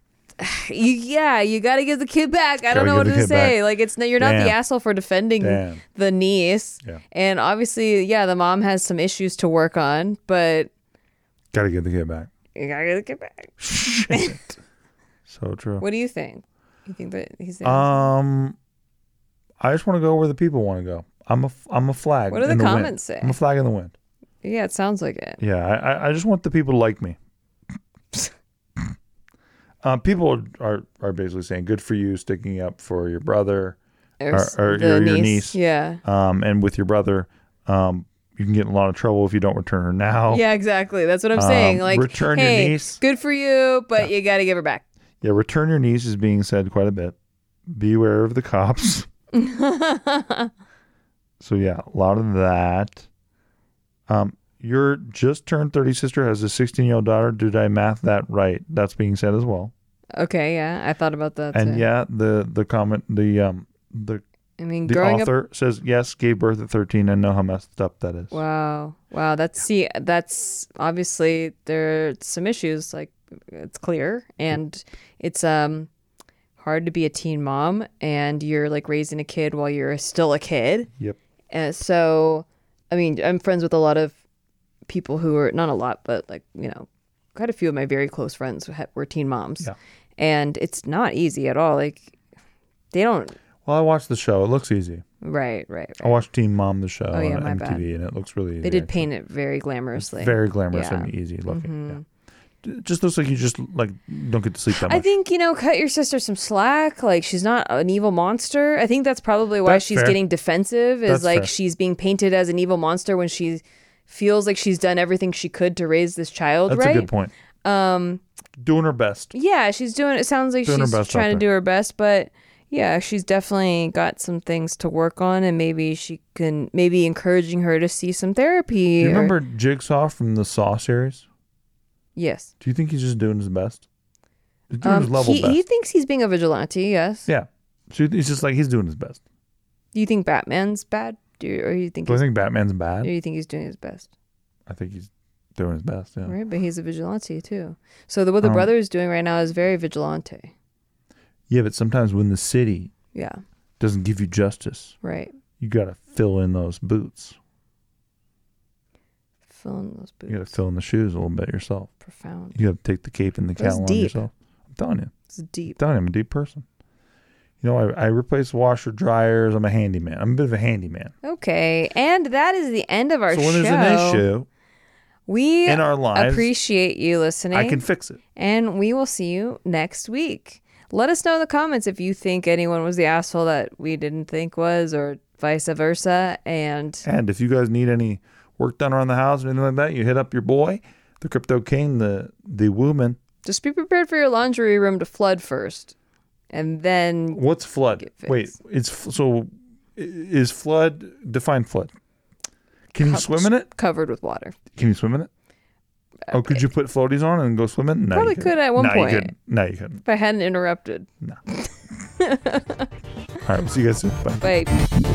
Speaker 2: you, yeah, you got to give the kid back. I don't
Speaker 1: Gotta
Speaker 2: know
Speaker 1: give
Speaker 2: what
Speaker 1: the
Speaker 2: to
Speaker 1: kid back.
Speaker 2: say. Like it's you're not
Speaker 1: Damn.
Speaker 2: the asshole for defending
Speaker 1: Damn.
Speaker 2: the niece.
Speaker 1: Yeah.
Speaker 2: And obviously, yeah, the mom has some issues to work on, but
Speaker 1: Gotta get the kid back.
Speaker 2: you gotta get the kid back.
Speaker 1: Shit. so true.
Speaker 2: What do you think? You think that he's the
Speaker 1: Um, I just want to go where the people want to go. I'm a f- I'm a flag.
Speaker 2: What do the
Speaker 1: in wind.
Speaker 2: comments say?
Speaker 1: I'm a flag in the wind.
Speaker 2: Yeah, it sounds like it.
Speaker 1: Yeah, I- I, I just want the people to like me. uh, people are are basically saying, "Good for you, sticking up for your brother,
Speaker 2: Or,
Speaker 1: Or-
Speaker 2: s-
Speaker 1: or your- your niece.
Speaker 2: Yeah.
Speaker 1: um, and with your brother, um, you can get in a lot of trouble if you don't return her now."
Speaker 2: Yeah, exactly. That's what I'm saying.
Speaker 1: Oh. Um,
Speaker 2: Like,
Speaker 1: return your
Speaker 2: hey,
Speaker 1: niece.
Speaker 2: good for you, but you gotta give her back.
Speaker 1: Yeah, return your niece is being said quite a bit. Beware of the cops. so yeah, a lot of that. Um, your just turned thirty sister has a sixteen year old daughter. Did I math that right? That's being said as well.
Speaker 2: Okay. Yeah, I thought about that.
Speaker 1: and
Speaker 2: too.
Speaker 1: yeah, the the comment the um the
Speaker 2: I mean,
Speaker 1: the
Speaker 2: growing up.
Speaker 1: author says yes, gave birth at thirteen, and know how messed up that is.
Speaker 2: Wow. Wow. That's see. That's obviously there are some issues. Like it's clear, and it's um hard to be a teen mom, and you're like raising a kid while you're still a kid.
Speaker 1: Yep.
Speaker 2: And so, I mean, I'm friends with a lot of people who are not a lot, but like you know, quite a few of my very close friends ha- were teen moms,
Speaker 1: Yeah.
Speaker 2: and it's not easy at all. Like they don't.
Speaker 1: Well, I watched the show. It looks easy.
Speaker 2: Right. Right. right.
Speaker 1: I watched Team Mom the show
Speaker 2: Oh, yeah,
Speaker 1: on
Speaker 2: my
Speaker 1: MTV,
Speaker 2: bad.
Speaker 1: and it looks really easy.
Speaker 2: They did paint it very glamorously.
Speaker 1: very glamorous
Speaker 2: Yeah.
Speaker 1: and easy looking. Yeah. D- Just looks like you just like don't get to sleep that much.
Speaker 2: I think you know, cut your sister some slack. Like she's not an evil monster. I think that's probably why
Speaker 1: That's
Speaker 2: she's
Speaker 1: fair.
Speaker 2: getting defensive. Is
Speaker 1: That's
Speaker 2: like
Speaker 1: fair.
Speaker 2: she's being painted as an evil monster when she feels like she's done everything she could to raise this child.
Speaker 1: That's
Speaker 2: right?
Speaker 1: a good point. Um, doing her best.
Speaker 2: Yeah, she's doing. It sounds like
Speaker 1: Doing her
Speaker 2: she's
Speaker 1: best out
Speaker 2: trying to
Speaker 1: there.
Speaker 2: do her best, but yeah, she's definitely got some things to work on, and maybe she can maybe encouraging her to see some therapy.
Speaker 1: Do you
Speaker 2: or-
Speaker 1: remember Jigsaw from the Saw series?
Speaker 2: Yes.
Speaker 1: Do you think he's just doing his best? He's doing his
Speaker 2: Um,
Speaker 1: level
Speaker 2: he,
Speaker 1: best.
Speaker 2: he thinks he's being a vigilante. Yes.
Speaker 1: yeah. So he's just like he's doing his best.
Speaker 2: Do you think Batman's bad? Do you, or you think
Speaker 1: Do I
Speaker 2: he's,
Speaker 1: think Batman's bad?
Speaker 2: or you think he's doing his best?
Speaker 1: I think he's doing his best. Yeah.
Speaker 2: Right, but he's a vigilante too. So the, what the
Speaker 1: Um,
Speaker 2: brother is doing right now is very vigilante.
Speaker 1: Yeah, but sometimes when the city
Speaker 2: Yeah,
Speaker 1: doesn't give you justice,
Speaker 2: right.
Speaker 1: you got to fill in those boots.
Speaker 2: Fill in those boots.
Speaker 1: You got to fill in the shoes a little bit yourself.
Speaker 2: Profound.
Speaker 1: You got to take the cape and the
Speaker 2: That's
Speaker 1: cowl on
Speaker 2: deep.
Speaker 1: yourself. I'm telling you,
Speaker 2: It's deep.
Speaker 1: I'm telling you, I'm a deep person. You know, I, I replace washer dryers. I'm a handyman. I'm a bit of a handyman.
Speaker 2: Okay, and that is the end of our
Speaker 1: so when
Speaker 2: show.
Speaker 1: there's an issue,
Speaker 2: we
Speaker 1: in our lives,
Speaker 2: appreciate you listening,
Speaker 1: I can fix it.
Speaker 2: and we will see you next week. Let us know in the comments if you think anyone was the asshole that we didn't think was, or vice versa. And
Speaker 1: And if you guys need any work done around the house or anything like that, you hit up your boy, the Crypto King, the the Wooman.
Speaker 2: just be prepared for your laundry room to flood first, and then
Speaker 1: What's flood?
Speaker 2: Get
Speaker 1: Wait,
Speaker 2: fixed.
Speaker 1: it's f- so i- is flood define flood? Can you swim in it?
Speaker 2: covered with water.
Speaker 1: Can you swim in it? Oh, could you put floaties on and go swimming? No, you
Speaker 2: Probably
Speaker 1: couldn't.
Speaker 2: could at one
Speaker 1: no,
Speaker 2: point.
Speaker 1: You couldn't. No, you couldn't.
Speaker 2: If I hadn't interrupted.
Speaker 1: All right, we'll see you guys soon. Bye.
Speaker 2: Bye.